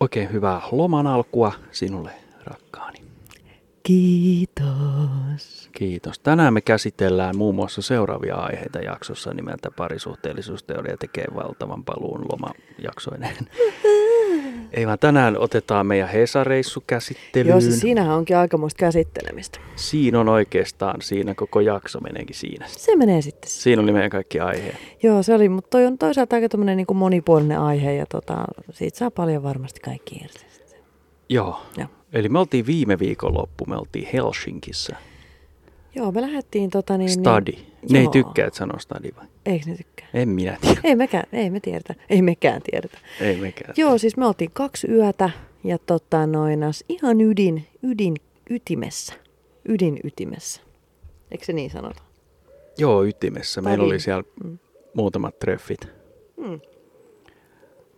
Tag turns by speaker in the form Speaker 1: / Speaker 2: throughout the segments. Speaker 1: Oikein hyvää loman alkua sinulle, rakkaani.
Speaker 2: Kiitos.
Speaker 1: Kiitos. Tänään me käsitellään muun muassa seuraavia aiheita jaksossa nimeltä Parisuhteellisuusteoria tekee valtavan paluun lomajaksoineen. Ei vaan tänään otetaan meidän Hesa-reissu käsittelyyn.
Speaker 2: Joo, siis siinähän onkin aikamoista käsittelemistä.
Speaker 1: Siinä on oikeastaan, siinä koko jakso meneekin siinä.
Speaker 2: Se menee sitten.
Speaker 1: Siinä oli meidän kaikki aiheet.
Speaker 2: Joo, se oli, mutta toi on toisaalta aika tämmöinen niin monipuolinen aihe ja tota, siitä saa paljon varmasti kaikki irti. sitten.
Speaker 1: Joo.
Speaker 2: Joo.
Speaker 1: Eli me oltiin viime viikonloppu, me oltiin Helsingissä.
Speaker 2: Joo, me lähdettiin tota niin...
Speaker 1: Stadi.
Speaker 2: Niin,
Speaker 1: Ne ei
Speaker 2: joo.
Speaker 1: tykkää, että sanoo stadi vai?
Speaker 2: Eikö ne tykkää?
Speaker 1: En minä tiedä.
Speaker 2: Ei mekään, ei me tiedetä. Ei mekään tiedetä.
Speaker 1: Ei mekään.
Speaker 2: Joo, siis me oltiin kaksi yötä ja tota noin, as- ihan ydin, ydin ytimessä. Ydin ytimessä. Eikö se niin sanota?
Speaker 1: Joo, ytimessä. Meillä
Speaker 2: Pari.
Speaker 1: oli siellä
Speaker 2: Mm.
Speaker 1: muutamat treffit.
Speaker 2: Mm.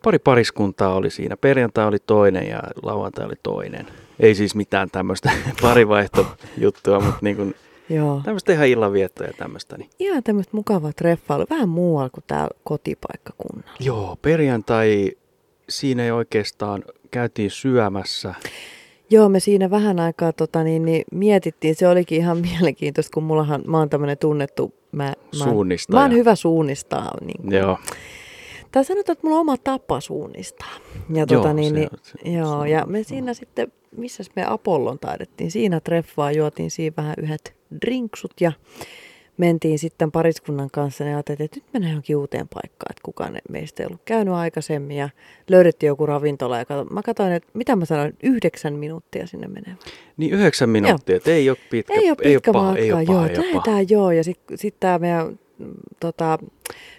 Speaker 1: Pari pariskuntaa oli siinä. Perjantai oli toinen ja lauantai oli toinen. Ei siis mitään tämmöistä parivaihtojuttua, mutta niin kuin
Speaker 2: Joo.
Speaker 1: tämmöistä ihan illanviettoa ja tämmöistä. Niin.
Speaker 2: Ihan tämmöistä mukavaa treffailu, vähän muualla kuin täällä kotipaikkakunnalla.
Speaker 1: Joo, perjantai siinä ei oikeastaan käytiin syömässä.
Speaker 2: Joo, me siinä vähän aikaa tota, niin, niin, mietittiin, se olikin ihan mielenkiintoista, kun mullahan, mä oon tämmöinen tunnettu, mä, mä, oon-
Speaker 1: Suunnistaja.
Speaker 2: mä oon hyvä suunnistaa. Niin kuin.
Speaker 1: Joo,
Speaker 2: Tai sanotaan, että mulla on oma tapa suunnistaa. Ja,
Speaker 1: Joo,
Speaker 2: tota, niin,
Speaker 1: se
Speaker 2: niin,
Speaker 1: on- se- se
Speaker 2: joo,
Speaker 1: on-
Speaker 2: ja me siinä sitten, missä me Apollon taidettiin, siinä treffaa, juotiin siinä vähän yhdet drinksut ja mentiin sitten pariskunnan kanssa ja ajateltiin, että nyt mennään johonkin uuteen paikkaan, että kukaan ei- meistä ei ollut käynyt aikaisemmin ja löydettiin joku ravintola ja kato, mä katsoin, että mitä mä sanoin, yhdeksän minuuttia sinne menee.
Speaker 1: niin yhdeksän minuuttia. et Ei ole pitkä,
Speaker 2: Ei ole pitkä
Speaker 1: paha,
Speaker 2: matka,
Speaker 1: ei ole paha,
Speaker 2: joo,
Speaker 1: ei ole paha.
Speaker 2: lähdetään joo. Ja sitten sit tämä meidän mm, tota,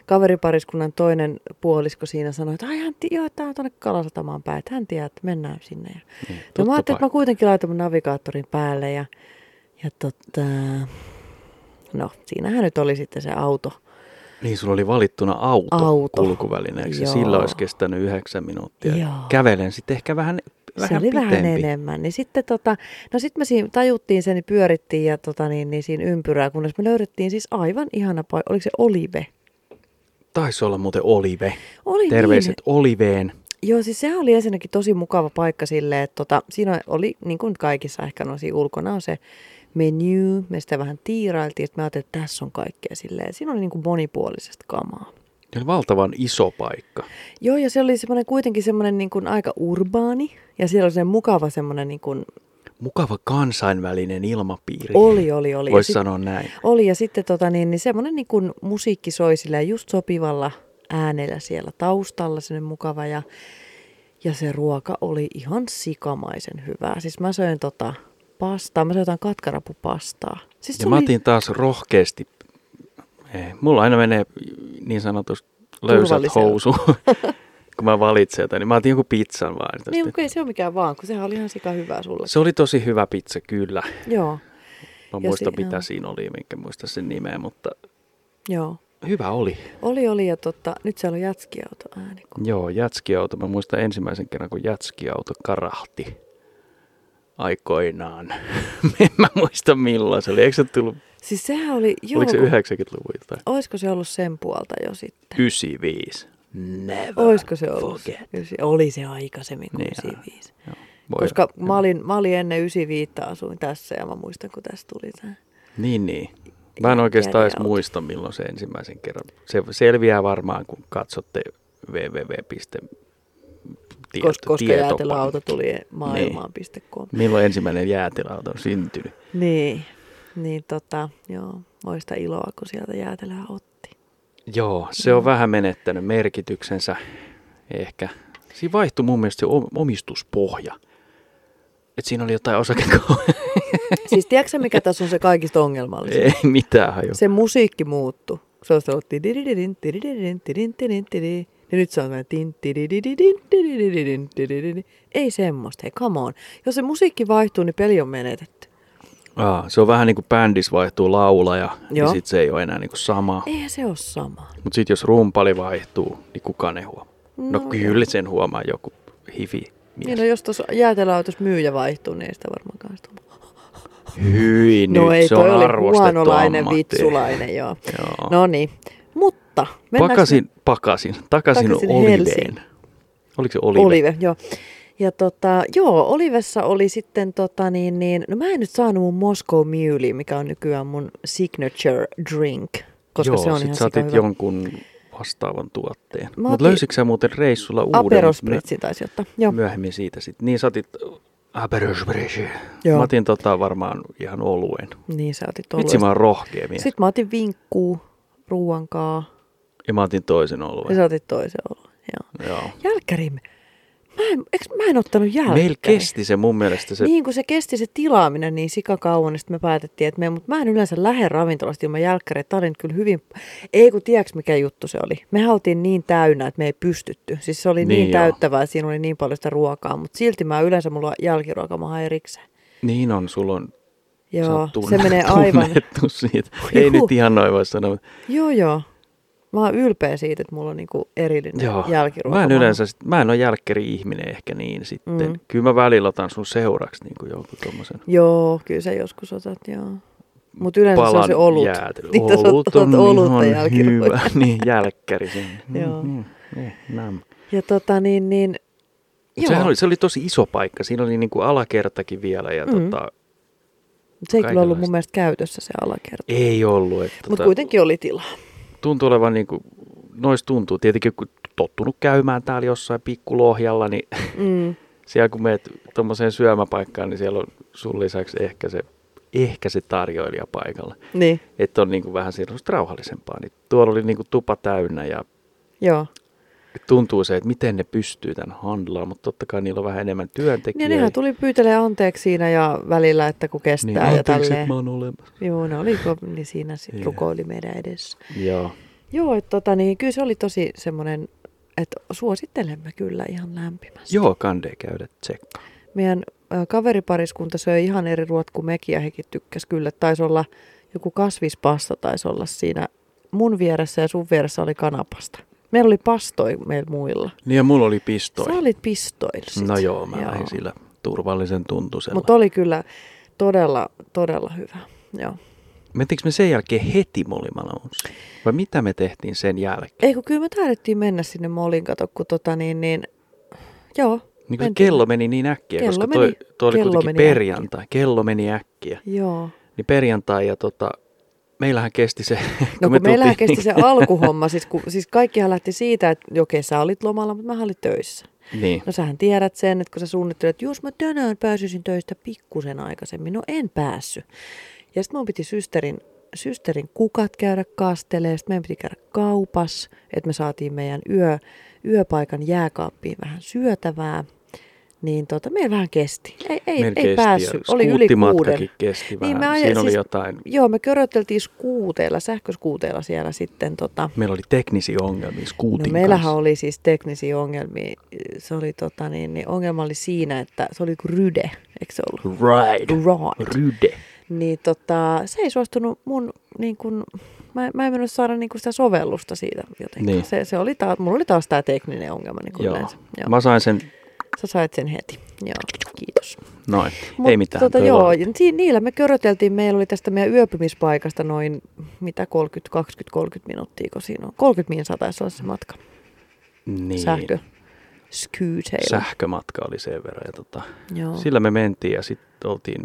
Speaker 2: kaveripariskunnan toinen puolisko siinä sanoi, että ai hän ti- joo, tämä on tuonne Kalasatamaan päin, että hän tietää, että mennään sinne. Ja,
Speaker 1: Niin,
Speaker 2: no
Speaker 1: tuttu
Speaker 2: mä ajattelin, että
Speaker 1: paikka.
Speaker 2: mä kuitenkin laitan mun navigaattorin päälle ja, ja tota, no siinähän nyt oli sitten se auto.
Speaker 1: Niin, sulla oli valittuna auto,
Speaker 2: no- Auto.
Speaker 1: kulkuvälineeksi. ja
Speaker 2: Joo.
Speaker 1: Sillä olisi kestänyt yhdeksän minuuttia.
Speaker 2: Joo.
Speaker 1: Kävelen sitten ehkä vähän,
Speaker 2: se
Speaker 1: vähän
Speaker 2: oli
Speaker 1: pitempi.
Speaker 2: vähän enemmän. Niin sitten tota, no sitten me siinä tajuttiin sen, niin pyörittiin ja tota, niin, niin siinä ympyrää, kunnes me löydettiin siis aivan ihana paikka. Oliko se Olive?
Speaker 1: Taisi olla muuten Olive.
Speaker 2: Oli
Speaker 1: Terveiset
Speaker 2: niin.
Speaker 1: Oliveen.
Speaker 2: Joo, siis sehän oli ensinnäkin tosi mukava paikka silleen, että tota, siinä oli, niin kuin kaikissa ehkä no siinä ulkona on se menu, me sitä vähän tiirailtiin, että mä ajattelin, että tässä on kaikkea silleen. Siinä oli niin kuin monipuolisesta kamaa.
Speaker 1: Se oli valtavan iso paikka.
Speaker 2: Joo, ja se oli semmoinen kuitenkin semmoinen niin kuin aika urbaani, ja siellä oli se mukava semmoinen niin kuin,
Speaker 1: Mukava kansainvälinen ilmapiiri.
Speaker 2: oli, oli, oli. Ja
Speaker 1: Voisi
Speaker 2: sit-
Speaker 1: sanoa näin.
Speaker 2: Oli ja sitten tota, niin, niin semmoinen niin kuin musiikki soi sillä just sopivalla äänellä siellä taustalla, semmoinen mukava ja, ja se ruoka oli ihan sikamaisen hyvää. Siis mä söin tota pastaa, mä söin jotain katkarapupastaa. Siis se
Speaker 1: Ja mä otin taas rohkeasti. Ei, mulla aina menee niin sanotusti löysät
Speaker 2: Turvallisella.
Speaker 1: housu, kun mä valitsen jotain. Niin mä otin joku pizzan vaan. tästä.
Speaker 2: niin, mutta ei se ole mikään vaan, kun sehän oli ihan sika hyvää sulle.
Speaker 1: Se oli tosi hyvä pizza, kyllä.
Speaker 2: Joo,
Speaker 1: Mä
Speaker 2: Ja
Speaker 1: muistan,
Speaker 2: si-
Speaker 1: mitä
Speaker 2: joo.
Speaker 1: siinä oli, minkä muista sen nimeä, mutta
Speaker 2: joo.
Speaker 1: hyvä oli.
Speaker 2: Oli, oli ja tota, nyt siellä on jätskiauto ääni. kun-
Speaker 1: Joo, jätskiauto. Mä muistan ensimmäisen kerran, kun jätskiauto karahti aikoinaan. en mä muista milloin se oli. Eikö se tullut,
Speaker 2: Siis sehän oli, joo,
Speaker 1: Joo, oliko se
Speaker 2: kun-
Speaker 1: 90-luvulta?
Speaker 2: olisiko se ollut sen puolta jo sitten?
Speaker 1: 95. Never
Speaker 2: Olisiko se ollut?
Speaker 1: Forget.
Speaker 2: Ysi- Oli se aikaisemmin kuin
Speaker 1: Niin,
Speaker 2: 95.
Speaker 1: Joo, voi
Speaker 2: Koska
Speaker 1: olla.
Speaker 2: mä olin, mä olin ennen 95 asuin tässä ja mä muistan, kun tästä tuli tämä.
Speaker 1: Niin, niin. Mä en oikeastaan edes
Speaker 2: Jätkiauto.
Speaker 1: muista, milloin se ensimmäisen kerran. Se selviää varmaan, kun katsotte www. Tieto,
Speaker 2: Koska, koska
Speaker 1: tietopa-
Speaker 2: jäätelöauto tuli
Speaker 1: Niin.
Speaker 2: maailmaan.com.
Speaker 1: Milloin ensimmäinen jäätelöauto on syntynyt?
Speaker 2: Niin. niin. Niin tota, joo, moista iloa, kun sieltä jäätelöä otti.
Speaker 1: Joo, se on vähän menettänyt merkityksensä ehkä. Siinä vaihtui mun mielestä se om- omistuspohja. Et siinä oli jotain osakekauppaa.
Speaker 2: Siis tiedätkö sä, mikä tässä on se kaikista ongelmallisin?
Speaker 1: Ei mitään haju.
Speaker 2: Se musiikki muuttu. Se on ollut tidididin, tidididin, tidin, tidin, tidin. Ja nyt se on tämmöinen tin, tididididin, tididididin, tidididin. Ei semmoista, hei come on. Jos se musiikki vaihtuu, niin peli on menetetty.
Speaker 1: Aa, se on vähän niin kuin bändissä vaihtuu laulaja, niin
Speaker 2: Joo.
Speaker 1: sit se ei ole enää niin kuin sama.
Speaker 2: Eihän se ole sama.
Speaker 1: Mutta sitten jos rumpali vaihtuu, niin kukaan ei huomaa. No,
Speaker 2: No
Speaker 1: kyllä sen huomaa joku hifi
Speaker 2: Niin,
Speaker 1: mies.
Speaker 2: no jos tuossa jäätelöautossa myyjä vaihtuu, niin ei sitä varmaan kanssa tule.
Speaker 1: Hyi,
Speaker 2: No
Speaker 1: Niin, nyt
Speaker 2: ei,
Speaker 1: se
Speaker 2: toi
Speaker 1: on
Speaker 2: oli
Speaker 1: arvostettu
Speaker 2: huonolainen
Speaker 1: ammatti.
Speaker 2: vitsulainen, joo.
Speaker 1: Joo.
Speaker 2: No niin, mutta mennäänkö
Speaker 1: pakasin, pakasin, takaisin,
Speaker 2: Takaisin
Speaker 1: Oliveen.
Speaker 2: Helsinkiin.
Speaker 1: Oliko se
Speaker 2: me-
Speaker 1: Olive?
Speaker 2: Olive, joo. Ja tota, joo, Olivessa oli sitten, tota, niin, niin, no mä en nyt saanut mun Moscow Mule, mikä on nykyään mun signature drink. Koska
Speaker 1: Joo,
Speaker 2: se on
Speaker 1: sit
Speaker 2: ihan
Speaker 1: sä otit
Speaker 2: sikahyvä.
Speaker 1: jonkun vastaavan tuotteen.
Speaker 2: Mä
Speaker 1: Mutta
Speaker 2: otin-
Speaker 1: löysitkö sä muuten reissulla uuden?
Speaker 2: Aperospritzin taisi ottaa. Joo.
Speaker 1: myöhemmin siitä sitten. Niin sä otit Aperosbreche.
Speaker 2: Joo.
Speaker 1: Mä otin tota varmaan ihan oluen.
Speaker 2: Niin sä otit
Speaker 1: Vitsi mä
Speaker 2: oluen.
Speaker 1: oon rohkea mies.
Speaker 2: Sitten mä otin vinkkuu, ruuankaa
Speaker 1: Ja mä otin toisen
Speaker 2: ja
Speaker 1: oluen.
Speaker 2: sä otit toisen oluen. Joo.
Speaker 1: Joo.
Speaker 2: Jälkkäri. Mä en, eks, mä en ottanut jälkkäri.
Speaker 1: Meillä kesti se mun mielestä se...
Speaker 2: Niin kun se kesti se tilaaminen niin sikakauan, niin sitten me päätettiin, että me, mutta mä en yleensä lähde ravintolasta ilman jälkkäreitä. Tämä oli nyt kyllä hyvin, ei kun tiedäks mikä juttu se oli. Me oltiin niin täynnä, että me ei pystytty. Siis se oli niin,
Speaker 1: Niin
Speaker 2: niin
Speaker 1: joo.
Speaker 2: täyttävää, siinä oli niin paljon sitä ruokaa, mutta silti mä yleensä mulla on jälkiruoka mä haen erikseen.
Speaker 1: niin on, sulla on... sä
Speaker 2: Joo,
Speaker 1: oot tunne-
Speaker 2: se menee aivan.
Speaker 1: Tunnettu siitä. Ei
Speaker 2: Juu.
Speaker 1: nyt ihan noin voi sanoa.
Speaker 2: Joo, joo. Mä oon ylpeä siitä, että mulla on niinku erillinen
Speaker 1: Joo.
Speaker 2: jälkiruoka.
Speaker 1: Mä en yleensä, sit, mä en ole jälkkäri-ihminen ehkä niin sitten.
Speaker 2: Mm.
Speaker 1: Mm. Kyllä mä välillä otan sun seuraksi niin kuin jonkun tommosen
Speaker 2: Joo, kyllä sä joskus otat, joo. Mutta yleensä se on
Speaker 1: palan
Speaker 2: se olut.
Speaker 1: jäätelö.
Speaker 2: Niin, jos
Speaker 1: Olut
Speaker 2: otat
Speaker 1: on
Speaker 2: olutta
Speaker 1: ihan
Speaker 2: jälkiruokaa.
Speaker 1: hyvä. niin, jälkkäri se.
Speaker 2: Joo.
Speaker 1: Mm, mm, eh, nam.
Speaker 2: Ja tota niin, niin
Speaker 1: Mut Sehän oli, se oli tosi iso paikka. Siinä oli niin kuin alakertakin vielä ja
Speaker 2: Mm.
Speaker 1: mm. tota,
Speaker 2: Mut Se ei kyllä ollut
Speaker 1: Kaikenlaista.
Speaker 2: mun mielestä käytössä se alakerta.
Speaker 1: ei ollut. Että,
Speaker 2: Mutta
Speaker 1: tota,
Speaker 2: kuitenkin oli tilaa.
Speaker 1: Tuntuu olevan niin kuin, nois tuntuu. Tietenkin kun tottunut käymään täällä jossain pikkulohjalla, niin
Speaker 2: Mm.
Speaker 1: siellä kun menet tuommoiseen syömäpaikkaan, niin siellä on sun lisäksi ehkä se, ehkä se tarjoilija paikalla.
Speaker 2: Niin,
Speaker 1: Että on niin kuin vähän silloin rauhallisempaa. Niin tuolla oli niin kuin tupa täynnä ja
Speaker 2: joo.
Speaker 1: tuntuu se, että miten ne pystyy tämän handlaan, mutta totta kai niillä on vähän enemmän
Speaker 2: Niin,
Speaker 1: työntekijöitä.
Speaker 2: nehän tuli pyytelee anteeksi siinä ja välillä, että kun kestää
Speaker 1: niin,
Speaker 2: ja
Speaker 1: anteeksi, että
Speaker 2: tälleen.
Speaker 1: mä oon olemassa.
Speaker 2: Joo, ne oli, ko- niin siinä sit
Speaker 1: Joo.
Speaker 2: rukoili meidän edessä.
Speaker 1: Joo.
Speaker 2: Joo, että tota, niin kyllä se oli tosi semmoinen, että suosittelemme kyllä ihan lämpimästi.
Speaker 1: Joo, kande käydä tsekkaa.
Speaker 2: Meidän ö, kaveripariskunta söi ihan eri ruot kuin mekin ja hekin tykkäs kyllä. Taisi olla joku kasvispasta taisi olla siinä mun vieressä ja sun vieressä oli kanapasta. Meillä oli pastoi meillä muilla.
Speaker 1: Niin ja mulla oli pistoi.
Speaker 2: Sä olit pistoilla sit.
Speaker 1: no joo, mä lähdin sillä turvallisen tuntuisella.
Speaker 2: Mutta oli kyllä todella, todella hyvä. Joo.
Speaker 1: Mentikö me sen jälkeen heti Molimalansi? Vai mitä me tehtiin sen jälkeen?
Speaker 2: Ei kun kyllä me taidettiin mennä sinne molin kato, kun tota niin, niin joo,
Speaker 1: Niin kun se
Speaker 2: mentiin.
Speaker 1: kello meni niin äkkiä,
Speaker 2: Kello
Speaker 1: koska
Speaker 2: meni-
Speaker 1: toi, toi oli
Speaker 2: kello
Speaker 1: kuitenkin
Speaker 2: meni äkkiä.
Speaker 1: perjantai. Kello meni äkkiä.
Speaker 2: joo.
Speaker 1: Niin perjantai ja tota, meillähän kesti se, kun
Speaker 2: No
Speaker 1: me
Speaker 2: kun meillähän
Speaker 1: tultiin-
Speaker 2: kesti se alkuhomma, siis, kun, siis kaikkihan lähti siitä, että okei sä olit lomalla, mutta mä olin töissä.
Speaker 1: niin.
Speaker 2: No sähän tiedät sen, että kun sä suunnittelet, että jos mä tänään pääsisin töistä pikkusen aikaisemmin, no en päässyt. Ja sitten mun piti systerin, systerin kukat käydä kastelee, sitten meidän piti käydä kaupas, että me saatiin meidän yö, yöpaikan jääkaappiin vähän syötävää. Niin tota, meillä vähän kesti. Ei, ei,
Speaker 1: Meillä
Speaker 2: ei
Speaker 1: kesti ja
Speaker 2: päässyt. Oli yli
Speaker 1: skuuttimatkakin
Speaker 2: kuuden. Niin
Speaker 1: kesti vähän.
Speaker 2: mä ajan-
Speaker 1: Siinä oli jotain-
Speaker 2: siis Joo, me körötteltiin skuuteilla, sähköskuuteilla siellä sitten tota,
Speaker 1: Meillä oli teknisiä ongelmia skuutin
Speaker 2: No meillähän
Speaker 1: kanssa.
Speaker 2: oli siis teknisiä ongelmia. Se oli tota niin, niin ongelma oli siinä, että se oli kuin ryde, eikö se ollut?
Speaker 1: Ride.
Speaker 2: Right.
Speaker 1: Ryde.
Speaker 2: Niin tota, se ei suostunut mun, niin kun, mä, mä en mennyt saada niin kun sitä sovellusta siitä jotenkin.
Speaker 1: Niin.
Speaker 2: Se, se oli taas, mulla oli taas tämä tekninen ongelma niin kuin
Speaker 1: Joo.
Speaker 2: yleensä. Joo.
Speaker 1: Mä sain sen,
Speaker 2: Sä sait sen heti. Joo, kiitos.
Speaker 1: noin,
Speaker 2: Mut
Speaker 1: ei mitään.
Speaker 2: Tota,
Speaker 1: toi
Speaker 2: joo,
Speaker 1: vaan-
Speaker 2: ja si- niillä me köröteltiin, meillä oli tästä meidän yöpymispaikasta noin mitä 30, 20-30 minuuttia, kun siinä on. 30 minsaa taisi olla se matka
Speaker 1: niin.
Speaker 2: sähkö. Skyyteillä.
Speaker 1: Sähkömatka oli sen verran. Ja tota,
Speaker 2: Joo.
Speaker 1: Sillä me mentiin ja sitten oltiin,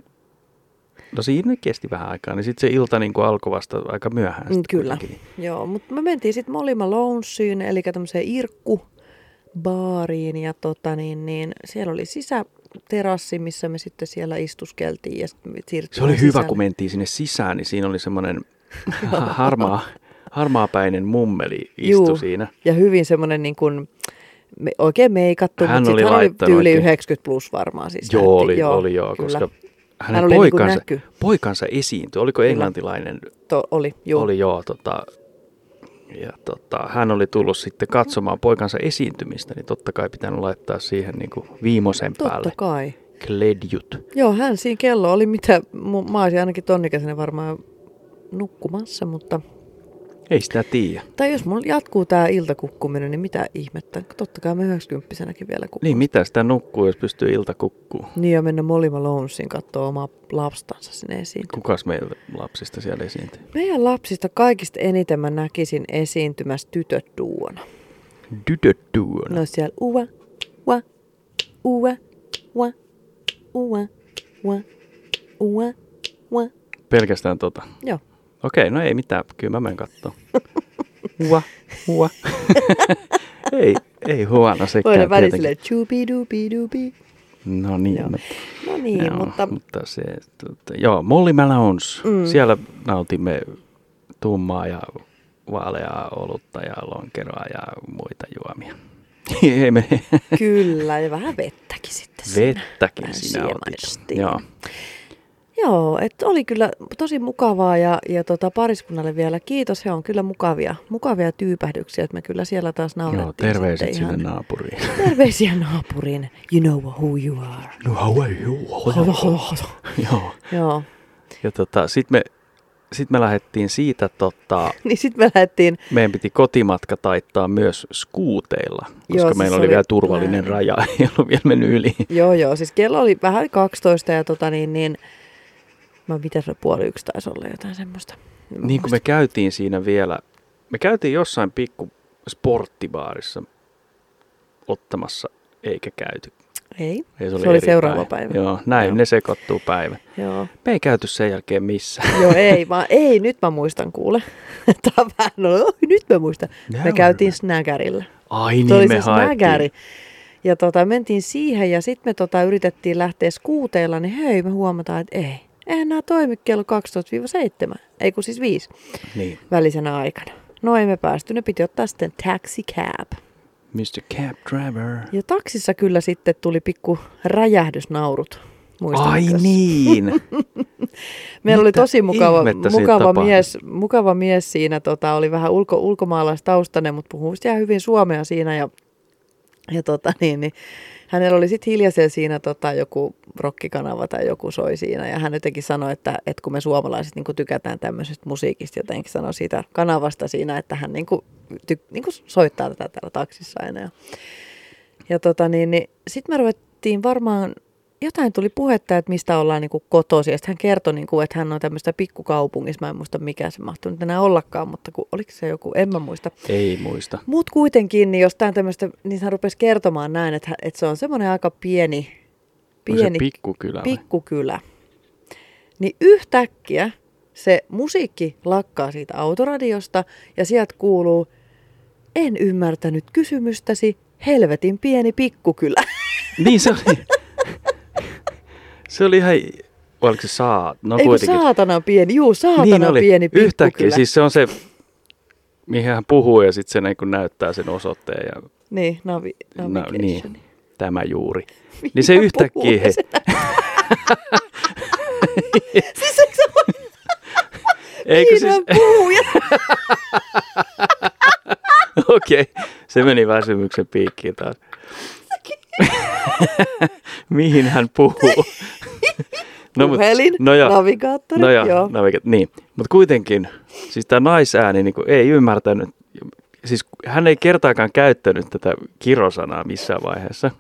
Speaker 1: no siinä kesti vähän aikaa, niin sitten se ilta niin alkoi vasta aika myöhään.
Speaker 2: Mm,
Speaker 1: sit
Speaker 2: Kyllä,
Speaker 1: kuitenkin.
Speaker 2: joo. Mutta me mentiin sitten Molima Lounsyyn, eli tämmöiseen Irkku baariin ja tota niin, niin, siellä oli sisäterassi, missä me sitten siellä istuskeltiin ja sitten siirryttiin
Speaker 1: Se oli
Speaker 2: sisälle.
Speaker 1: hyvä, kun mentiin sinne sisään, niin siinä oli semmoinen harmaa, harmaapäinen mummeli istui
Speaker 2: Juu.
Speaker 1: siinä.
Speaker 2: Ja hyvin semmoinen niin kuin, me, oikein meikattu,
Speaker 1: Hän
Speaker 2: mutta
Speaker 1: oli
Speaker 2: sitten hän oli
Speaker 1: laittanut
Speaker 2: tyyli
Speaker 1: oikein-
Speaker 2: 90 plus varmaan siis.
Speaker 1: Joo,
Speaker 2: näytti.
Speaker 1: oli, joo, oli joo,
Speaker 2: kyllä.
Speaker 1: koska hänen
Speaker 2: oli niinku
Speaker 1: poikansa,
Speaker 2: näky.
Speaker 1: poikansa esiintyi. Oliko englantilainen?
Speaker 2: To, oli, juu.
Speaker 1: Oli joo, tota, ja tota, hän oli tullut sitten katsomaan poikansa esiintymistä, niin totta kai pitänyt laittaa siihen niin kuin viimosen
Speaker 2: Totta
Speaker 1: päälle
Speaker 2: kai.
Speaker 1: kledjut.
Speaker 2: Joo, hän siinä kello oli mitä, mu- mä olisin ainakin tonnikäisenä varmaan nukkumassa, mutta
Speaker 1: Ei sitä tiedä.
Speaker 2: Tai jos mulla jatkuu tämä iltakukkuminen, niin mitä ihmettä? Totta kai mä 90 vielä kun...
Speaker 1: Niin, mitä sitä nukkuu, jos pystyy iltakukkuun?
Speaker 2: Niin ja mennä Molima Lounsiin katsoa omaa lapstansa sinne esiin.
Speaker 1: Kukas meillä lapsista siellä esiintyy?
Speaker 2: Meidän lapsista kaikista eniten mä näkisin esiintymässä tytöt duona.
Speaker 1: Dytöttyön.
Speaker 2: No siellä uva, ua, Ua, ua, ua, ua, ua, ua.
Speaker 1: Pelkästään tota.
Speaker 2: Joo.
Speaker 1: Okei, no ei mitään. Kyllä mä menen katsomaan. Hua, hua. ei, ei huono
Speaker 2: Voidaan
Speaker 1: sekään
Speaker 2: välillä
Speaker 1: tietenkin.
Speaker 2: silleen chupi dupi dupi.
Speaker 1: No niin.
Speaker 2: Joo.
Speaker 1: No,
Speaker 2: No niin,
Speaker 1: joo,
Speaker 2: mutta
Speaker 1: mutta se, tuota, joo, Molly Malons.
Speaker 2: Mm.
Speaker 1: Mm. Siellä nautimme tummaa ja vaaleaa olutta ja lonkeroa ja muita juomia. ei me
Speaker 2: kyllä, ja vähän vettäkin sitten siinä.
Speaker 1: vettäkin
Speaker 2: Vähän
Speaker 1: sinä otit.
Speaker 2: siemaisesti.
Speaker 1: Joo.
Speaker 2: Joo, et oli kyllä tosi mukavaa ja, ja tota, pariskunnalle vielä kiitos. He on kyllä mukavia, mukavia tyypähdyksiä, että me kyllä siellä taas naurettiin.
Speaker 1: joo, terveiset
Speaker 2: sitten
Speaker 1: sinne
Speaker 2: ihan-
Speaker 1: naapuriin.
Speaker 2: Terveisiä naapuriin. You know who you are.
Speaker 1: No how are you? Joo.
Speaker 2: Joo.
Speaker 1: Ja tota, sitten me, sit me lähdettiin siitä, tota,
Speaker 2: Niin sitten me lähdettiin
Speaker 1: meidän piti kotimatka taittaa myös skuuteilla, koska
Speaker 2: Joo, siis
Speaker 1: meillä
Speaker 2: se
Speaker 1: oli
Speaker 2: oli
Speaker 1: vielä turvallinen
Speaker 2: näin.
Speaker 1: raja, ei ollut vielä mennyt yli.
Speaker 2: Joo, joo. Siis kello oli vähän yli 12 ja tota niin, niin mä mitä se puoli yksi taisi olla jotain semmoista. En mä
Speaker 1: Niin kuin me
Speaker 2: muista.
Speaker 1: käytiin siinä vielä, me käytiin jossain pikku sporttibaarissa ottamassa, eikä käyty.
Speaker 2: Ei,
Speaker 1: Ei,
Speaker 2: Se oli
Speaker 1: eri
Speaker 2: seuraava päivä.
Speaker 1: Joo, näin
Speaker 2: Joo.
Speaker 1: ne sekoittuu päivä.
Speaker 2: joo.
Speaker 1: Me ei käyty sen jälkeen missään.
Speaker 2: Joo, ei, vaan ei, nyt mä muistan kuule. Tää on vähän, no, oh, nyt mä muistan.
Speaker 1: Nää
Speaker 2: Me
Speaker 1: on
Speaker 2: käytiin
Speaker 1: hyvä.
Speaker 2: snägärillä.
Speaker 1: Ai niin,
Speaker 2: Se oli
Speaker 1: me
Speaker 2: se
Speaker 1: haettiin.
Speaker 2: snägäri. siis Ja tota, mentiin siihen ja sitten me tota, yritettiin lähteä skuuteilla, niin hei, me huomataan, että ei. Eihän nämä toimi kello 12-7, ei kun siis 5
Speaker 1: Niin,
Speaker 2: välisenä aikana. No ei me päästy, ne piti ottaa sitten taxi cab.
Speaker 1: Mr. Cab Driver.
Speaker 2: Ja taksissa kyllä sitten tuli pikku räjähdysnaurut. muistatko?
Speaker 1: Ai niin.
Speaker 2: Meillä oli
Speaker 1: mitä
Speaker 2: tosi mukava,
Speaker 1: ihmettä siinä
Speaker 2: mukava,
Speaker 1: tapahtui?
Speaker 2: mies, mukava mies siinä, tota, oli vähän ulko, ulkomaalaistaustainen, mutta puhui sitten ihan hyvin suomea siinä ja, ja tota, niin, niin, hänellä oli sitten hiljaisen siinä tota, joku rokkikanava tai joku soi siinä ja hän jotenkin sanoi, että, että kun me suomalaiset niin tykätään tämmöisestä musiikista, jotenkin sanoi siitä kanavasta siinä, että hän niin kuin, ty, niin kuin soittaa tätä täällä taksissa aina ja ja tota niin, niin sitten me ruvettiin varmaan, jotain tuli puhetta, että mistä ollaan niin kotoisin. Ja sitten hän kertoi, niin kuin, että hän on tämmöistä pikkukaupungissa. Mä en muista mikä se mahtuu nyt enää ollakaan, mutta kun, oliko se joku, en mä muista.
Speaker 1: ei muista.
Speaker 2: Mutta kuitenkin, niin jostain tämmöistä, niin hän rupesi kertomaan näin, että, hän- että se on semmoinen aika pieni,
Speaker 1: Pieni, se
Speaker 2: pieni
Speaker 1: pikkukylä vai?
Speaker 2: pikkukylä. Niin yhtäkkiä se musiikki lakkaa siitä autoradiosta ja sieltä kuuluu, en ymmärtänyt kysymystäsi, helvetin pieni pikkukylä.
Speaker 1: Niin se oli. se oli ihan, vai oliko se saa? No
Speaker 2: No, Ei kun
Speaker 1: kuitenkin.
Speaker 2: saatana pieni, juu saatana
Speaker 1: niin oli.
Speaker 2: pieni pikkukylä.
Speaker 1: Yhtäkkiä, siis se on se, mihin hän puhuu ja sitten se niin kuin näyttää sen osoitteen ja
Speaker 2: Niin, navi,
Speaker 1: no,
Speaker 2: navigation.
Speaker 1: niin, tämä juuri.
Speaker 2: Minä
Speaker 1: Niin se
Speaker 2: puhun
Speaker 1: yhtäkkiä, hei,
Speaker 2: siis eikö se ole
Speaker 1: eikö siis,
Speaker 2: puhuja?
Speaker 1: okei, se meni väsymyksen piikkiin taas. mihin hän puhuu? mut-
Speaker 2: Puhelin,
Speaker 1: no joo.
Speaker 2: navigaattori,
Speaker 1: No
Speaker 2: joo.
Speaker 1: joo, no mikä, niin. Mutta kuitenkin, siis tämä naisääni niin ei ymmärtänyt, siis hän ei kertaakaan käyttänyt tätä kirosanaa missään vaiheessa.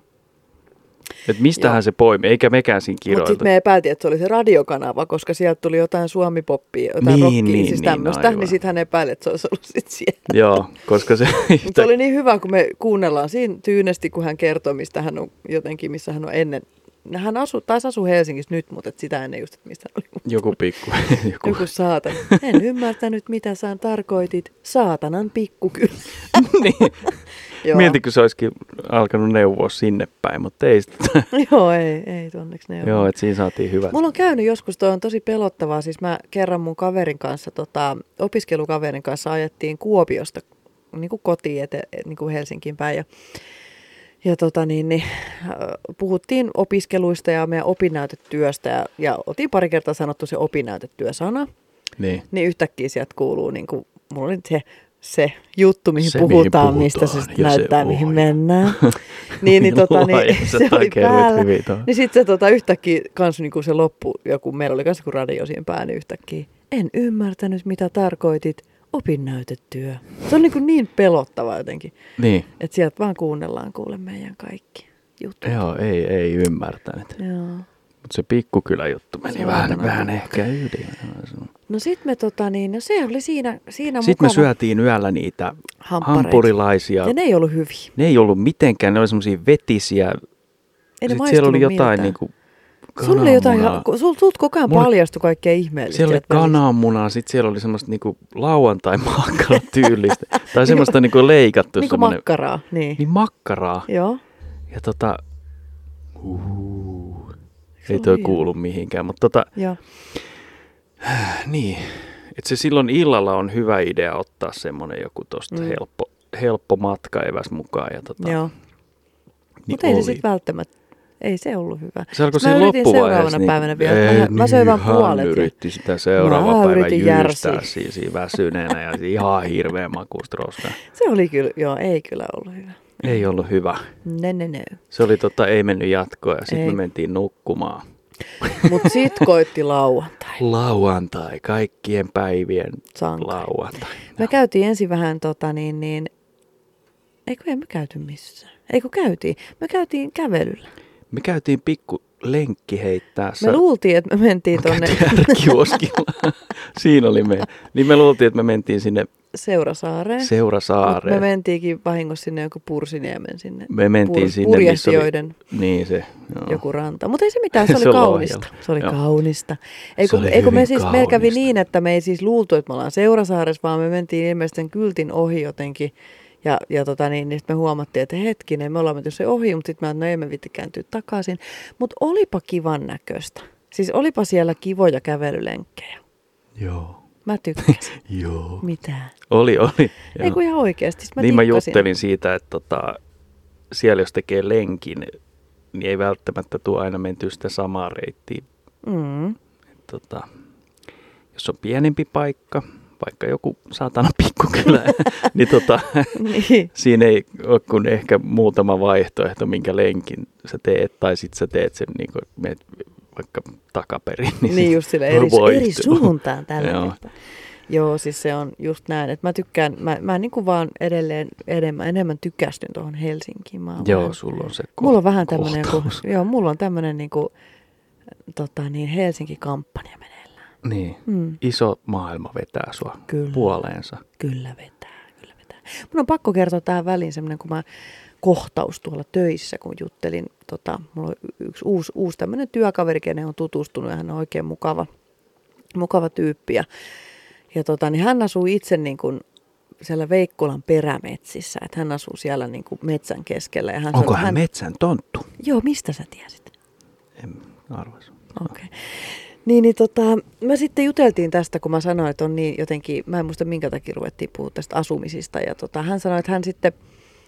Speaker 1: Että mistähän
Speaker 2: Joo.
Speaker 1: se poimi, eikä mekään siinä
Speaker 2: Mutta
Speaker 1: kiroilta.
Speaker 2: sitten me epäiltiin, että se oli se radiokanava, koska sieltä tuli jotain suomipoppia, jotain
Speaker 1: Niin,
Speaker 2: rockia,
Speaker 1: niin,
Speaker 2: siis
Speaker 1: niin,
Speaker 2: tämmöistä. Niin,
Speaker 1: aivan.
Speaker 2: sitten hän epäili, että se olisi ollut sitten siellä.
Speaker 1: Joo, koska se...
Speaker 2: Mutta se oli niin hyvä, kun me kuunnellaan siinä tyynesti, kun hän kertoo, mistä hän on jotenkin, missä hän on ennen. Hän asu, taisi asu Helsingissä nyt, mutta et sitä ennen just, että mistä hän oli.
Speaker 1: Joku pikku. Joku.
Speaker 2: Joku saatan. En ymmärtänyt, mitä sä tarkoitit. Saatanan pikkukylä.
Speaker 1: niin.
Speaker 2: Joo.
Speaker 1: Mietin, kun se olisikin alkanut neuvoa sinne päin, mutta ei sitä.
Speaker 2: Joo, ei, ei onneksi ne ole.
Speaker 1: Joo, että siinä saatiin hyvä.
Speaker 2: Mulla on käynyt joskus, toi on tosi pelottavaa. Siis mä kerran mun kaverin kanssa, tota, opiskelukaverin kanssa ajettiin Kuopiosta niin kuin kotiin ete, niin kuin Helsinkiin päin. Ja, ja tota niin, niin, äh, puhuttiin opiskeluista ja meidän opinnäytetyöstä ja, ja otin pari kertaa sanottu se opinnäytetyösana.
Speaker 1: Niin.
Speaker 2: Niin yhtäkkiä sieltä kuuluu, niin kuin, mulla oli se, se juttu, mihin,
Speaker 1: Se,
Speaker 2: se,
Speaker 1: mihin
Speaker 2: puhutaan, puhutaan, mistä
Speaker 1: puhutaan,
Speaker 2: se
Speaker 1: ja
Speaker 2: sitten
Speaker 1: se
Speaker 2: näyttää, se mihin
Speaker 1: luoja.
Speaker 2: mennään. niin, niin, tota, niin se oli päällä. Niin sitten se tota, yhtäkkiä kans niinku se loppu, joku, meillä oli kans joku radio siinä päällä, niin yhtäkkiä. En ymmärtänyt, mitä tarkoitit. Opinnäytetyö. Se on niinku niin pelottava jotenkin,
Speaker 1: Niin.
Speaker 2: että sieltä vaan kuunnellaan kuule meidän kaikki jutut.
Speaker 1: Joo, ei, ei ymmärtänyt.
Speaker 2: Joo.
Speaker 1: Mutta se pikkukylä juttu meni
Speaker 2: Se on
Speaker 1: vähän,
Speaker 2: aivan
Speaker 1: vähän
Speaker 2: aivan.
Speaker 1: ehkä yli.
Speaker 2: No sit me tota niin, no se oli siinä, siinä
Speaker 1: Sitten me
Speaker 2: mukava.
Speaker 1: syötiin yöllä niitä
Speaker 2: Hamppareita.
Speaker 1: hampurilaisia.
Speaker 2: Ja
Speaker 1: Ne...
Speaker 2: ne ei ollut hyviä.
Speaker 1: ne ei ollut mitenkään, ne oli semmoisia vetisiä
Speaker 2: Ei ne
Speaker 1: Sitten siellä oli
Speaker 2: maistunut
Speaker 1: jotain
Speaker 2: miltään.
Speaker 1: niin kuin
Speaker 2: Sulla oli jotain,
Speaker 1: kananmunaa.
Speaker 2: kun sul, sulta koko ajan
Speaker 1: Mulla-
Speaker 2: paljastui kaikkea ihmeellistä.
Speaker 1: Siellä oli
Speaker 2: sieltä välistä.
Speaker 1: kananmunaa, sitten siellä oli semmoista niinku lauantai-makkara tyylistä. tai semmoista niinku leikattu
Speaker 2: Niin kuin
Speaker 1: semmoinen.
Speaker 2: makkaraa, niin.
Speaker 1: Niin makkaraa.
Speaker 2: Joo.
Speaker 1: Ja tota... Uhuhu.
Speaker 2: Se
Speaker 1: Ei
Speaker 2: on
Speaker 1: toi
Speaker 2: hieno.
Speaker 1: kuulu mihinkään, mutta tota,
Speaker 2: Joo.
Speaker 1: niin. Et se silloin illalla on hyvä idea ottaa semmoinen joku tosta
Speaker 2: Mm.
Speaker 1: mm. helppo, helppo matkaeväs mukaan. Ja tota,
Speaker 2: Joo.
Speaker 1: Niin
Speaker 2: Mutta ei se
Speaker 1: oli.
Speaker 2: sitten välttämättä, ei se ollut hyvä.
Speaker 1: Se alkoi
Speaker 2: Mä
Speaker 1: siinä
Speaker 2: yritin
Speaker 1: loppuvaiheessa. niin
Speaker 2: seuraavana päivänä vielä. Mä- mä söin vaan
Speaker 1: ihan
Speaker 2: puolet ja-
Speaker 1: yritti sitä seuraava
Speaker 2: Mä
Speaker 1: päivä
Speaker 2: yritin järsiä.
Speaker 1: jyystää siinä, siinä väsyneenä ja ihan hirveä makuista roskaa.
Speaker 2: Se oli kyllä, joo, ei kyllä ollut hyvä.
Speaker 1: Ei ollut hyvä.
Speaker 2: Ne, ne, ne.
Speaker 1: Se oli tota, ei mennyt jatkoa ja sitten
Speaker 2: Ei.
Speaker 1: me mentiin nukkumaan.
Speaker 2: Mutta sit koitti lauantai.
Speaker 1: Lauantai, kaikkien päivien
Speaker 2: Sankari.
Speaker 1: lauantai.
Speaker 2: Me käytiin ensin vähän tota niin, niin eikö ei me käyty missään. Eikö käytiin? Me käytiin kävelyllä.
Speaker 1: Me käytiin pikku lenkki heittää.
Speaker 2: Me luultiin, että me mentiin tonne
Speaker 1: Kioskilla. Siinä oli me. Niin me luultiin, että me mentiin sinne
Speaker 2: Seurasaareen. Eh, Mut
Speaker 1: Seurasaareen.
Speaker 2: me mentiinkin vahingossa sinne joku Pursiniemen sinne.
Speaker 1: me mentiin
Speaker 2: pur-
Speaker 1: sinne, missä oli...
Speaker 2: purjehtijoiden
Speaker 1: Niin se, joo.
Speaker 2: joku ranta. Mutta ei se mitään, se
Speaker 1: Se
Speaker 2: oli
Speaker 1: on
Speaker 2: kaunista.
Speaker 1: lahjalla.
Speaker 2: Se oli
Speaker 1: Joo.
Speaker 2: kaunista. Ei
Speaker 1: Se
Speaker 2: kun,
Speaker 1: oli
Speaker 2: ei kun me
Speaker 1: hyvin
Speaker 2: siis meillä kävi
Speaker 1: kaunista.
Speaker 2: niin, että me ei siis luultu, että me ollaan Seurasaaressa, vaan me mentiin ilmeisesti sen kyltin ohi jotenkin. Ja, ja tota niin, niin sit me huomattiin, että hetkinen, me ollaan menty se ohi, mutta sitten me no ei me vitti kääntyä takaisin. Mutta olipa kivan näköistä. Siis olipa siellä kivoja kävelylenkkejä.
Speaker 1: Joo.
Speaker 2: Mä tykkäsin.
Speaker 1: Joo.
Speaker 2: Mitä?
Speaker 1: Oli, oli.
Speaker 2: Ei kun ihan oikeasti. Siis
Speaker 1: mä
Speaker 2: mä
Speaker 1: niin mä
Speaker 2: tikkasin.
Speaker 1: juttelin siitä, että tota, siellä jos tekee lenkin, niin ei välttämättä tuo aina menty sitä samaa reittiä.
Speaker 2: Mm.
Speaker 1: Et Tota, jos on pienempi paikka, vaikka joku saatana pikkukylä, niin tota,
Speaker 2: Niin.
Speaker 1: siinä ei ole kuin ehkä muutama vaihtoehto, minkä lenkin sä teet, tai sitten sä teet sen, niin kun meet vaikka takaperin. sit
Speaker 2: Niin, niin just sille eri,
Speaker 1: voi
Speaker 2: eri
Speaker 1: istua.
Speaker 2: suuntaan tällä
Speaker 1: Joo.
Speaker 2: kertaa. Joo, siis se on just näin, että mä tykkään, mä, mä niin kuin vaan edelleen enemmän, enemmän tykästyn tuohon Helsinkiin. Mä oon
Speaker 1: Joo,
Speaker 2: vähän-
Speaker 1: sulla on se ko-
Speaker 2: mulla on vähän tämmöinen, joku,
Speaker 1: kohtaus.
Speaker 2: joo, mulla on tämmöinen niin kuin, tota, niin Helsinki-kampanja meneillään.
Speaker 1: Niin.
Speaker 2: Mm,
Speaker 1: Iso maailma vetää sua
Speaker 2: Kyllä.
Speaker 1: puoleensa.
Speaker 2: kyllä vetää, kyllä vetää. Mun on pakko kertoa tähän väliin semmoinen, kun mä kohtaus tuolla töissä, kun juttelin, tota, mulla on y- yksi uusi, uusi tämmöinen työkaveri, kenen on tutustunut ja hän on oikein mukava, mukava tyyppi. Ja, ja tota, niin hän asuu itse niin kuin siellä Veikkolan perämetsissä, että hän asuu siellä niin kuin metsän keskellä. Ja hän
Speaker 1: Onko
Speaker 2: sanoi,
Speaker 1: hän metsän tonttu?
Speaker 2: Joo, mistä sä tiesit?
Speaker 1: En arvas.
Speaker 2: Okei. Niin, niin tota, me sitten juteltiin tästä, kun mä sanoin, että on niin jotenkin, mä en muista minkä takia ruvettiin puhua tästä asumisista. Ja tota, hän sanoi, että hän sitten,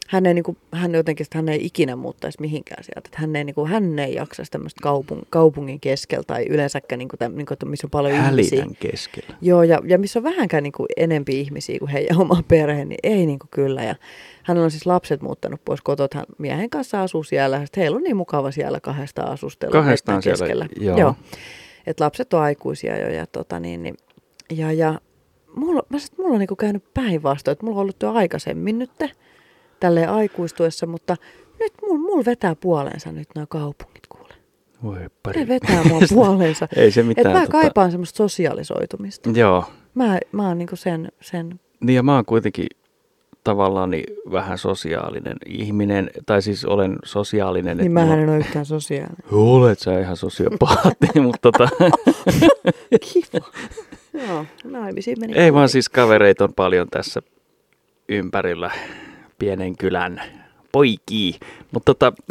Speaker 2: hän ei, niin kuin, hän jotenkin, että hän ei ikinä muuttaisi mihinkään sieltä. Että hän ei, niin kuin, hän ei jaksaisi tämmöistä kaupung, kaupungin keskellä tai yleensäkään, niin kuin, tämän, niin kuin, että missä on paljon ihmisiä.
Speaker 1: Hälinän keskellä.
Speaker 2: Joo, ja, ja missä on vähänkään niin kuin enempi ihmisiä kuin heidän oma perhe, niin ei niin kuin kyllä. Ja hänellä on siis lapset muuttanut pois kotot, hän miehen kanssa asuu siellä. Sitten heillä on niin mukava siellä kahdesta asustella.
Speaker 1: Kahdestaan
Speaker 2: metsän
Speaker 1: siellä,
Speaker 2: keskellä.
Speaker 1: joo.
Speaker 2: joo. Et lapset on aikuisia jo ja tota niin, niin ja, ja mulla, mä sanoin, että mulla on niinku käynyt päinvastoin, että mulla on ollut jo aikaisemmin nyt tälleen aikuistuessa, mutta nyt mulla mul vetää puoleensa nyt nuo kaupungit kuule.
Speaker 1: Voi
Speaker 2: Ne
Speaker 1: pari.
Speaker 2: vetää mua puoleensa.
Speaker 1: Ei se
Speaker 2: Et
Speaker 1: mitään. tota-
Speaker 2: mä kaipaan semmoista sosiaalisoitumista.
Speaker 1: Joo.
Speaker 2: Mä, mä oon niinku sen, sen
Speaker 1: Niin ja mä oon kuitenkin tavallaan niin vähän sosiaalinen ihminen, tai siis olen sosiaalinen.
Speaker 2: niin
Speaker 1: että
Speaker 2: mä
Speaker 1: mulla-
Speaker 2: en ole yhtään sosiaalinen.
Speaker 1: Olet sä ihan sosiopaatti, mutta tota,
Speaker 2: Niin. Kiva. Joo, naimisiin meni.
Speaker 1: ei vaan siis kavereita on paljon tässä ympärillä pienen kylän poikii. Mutta tota,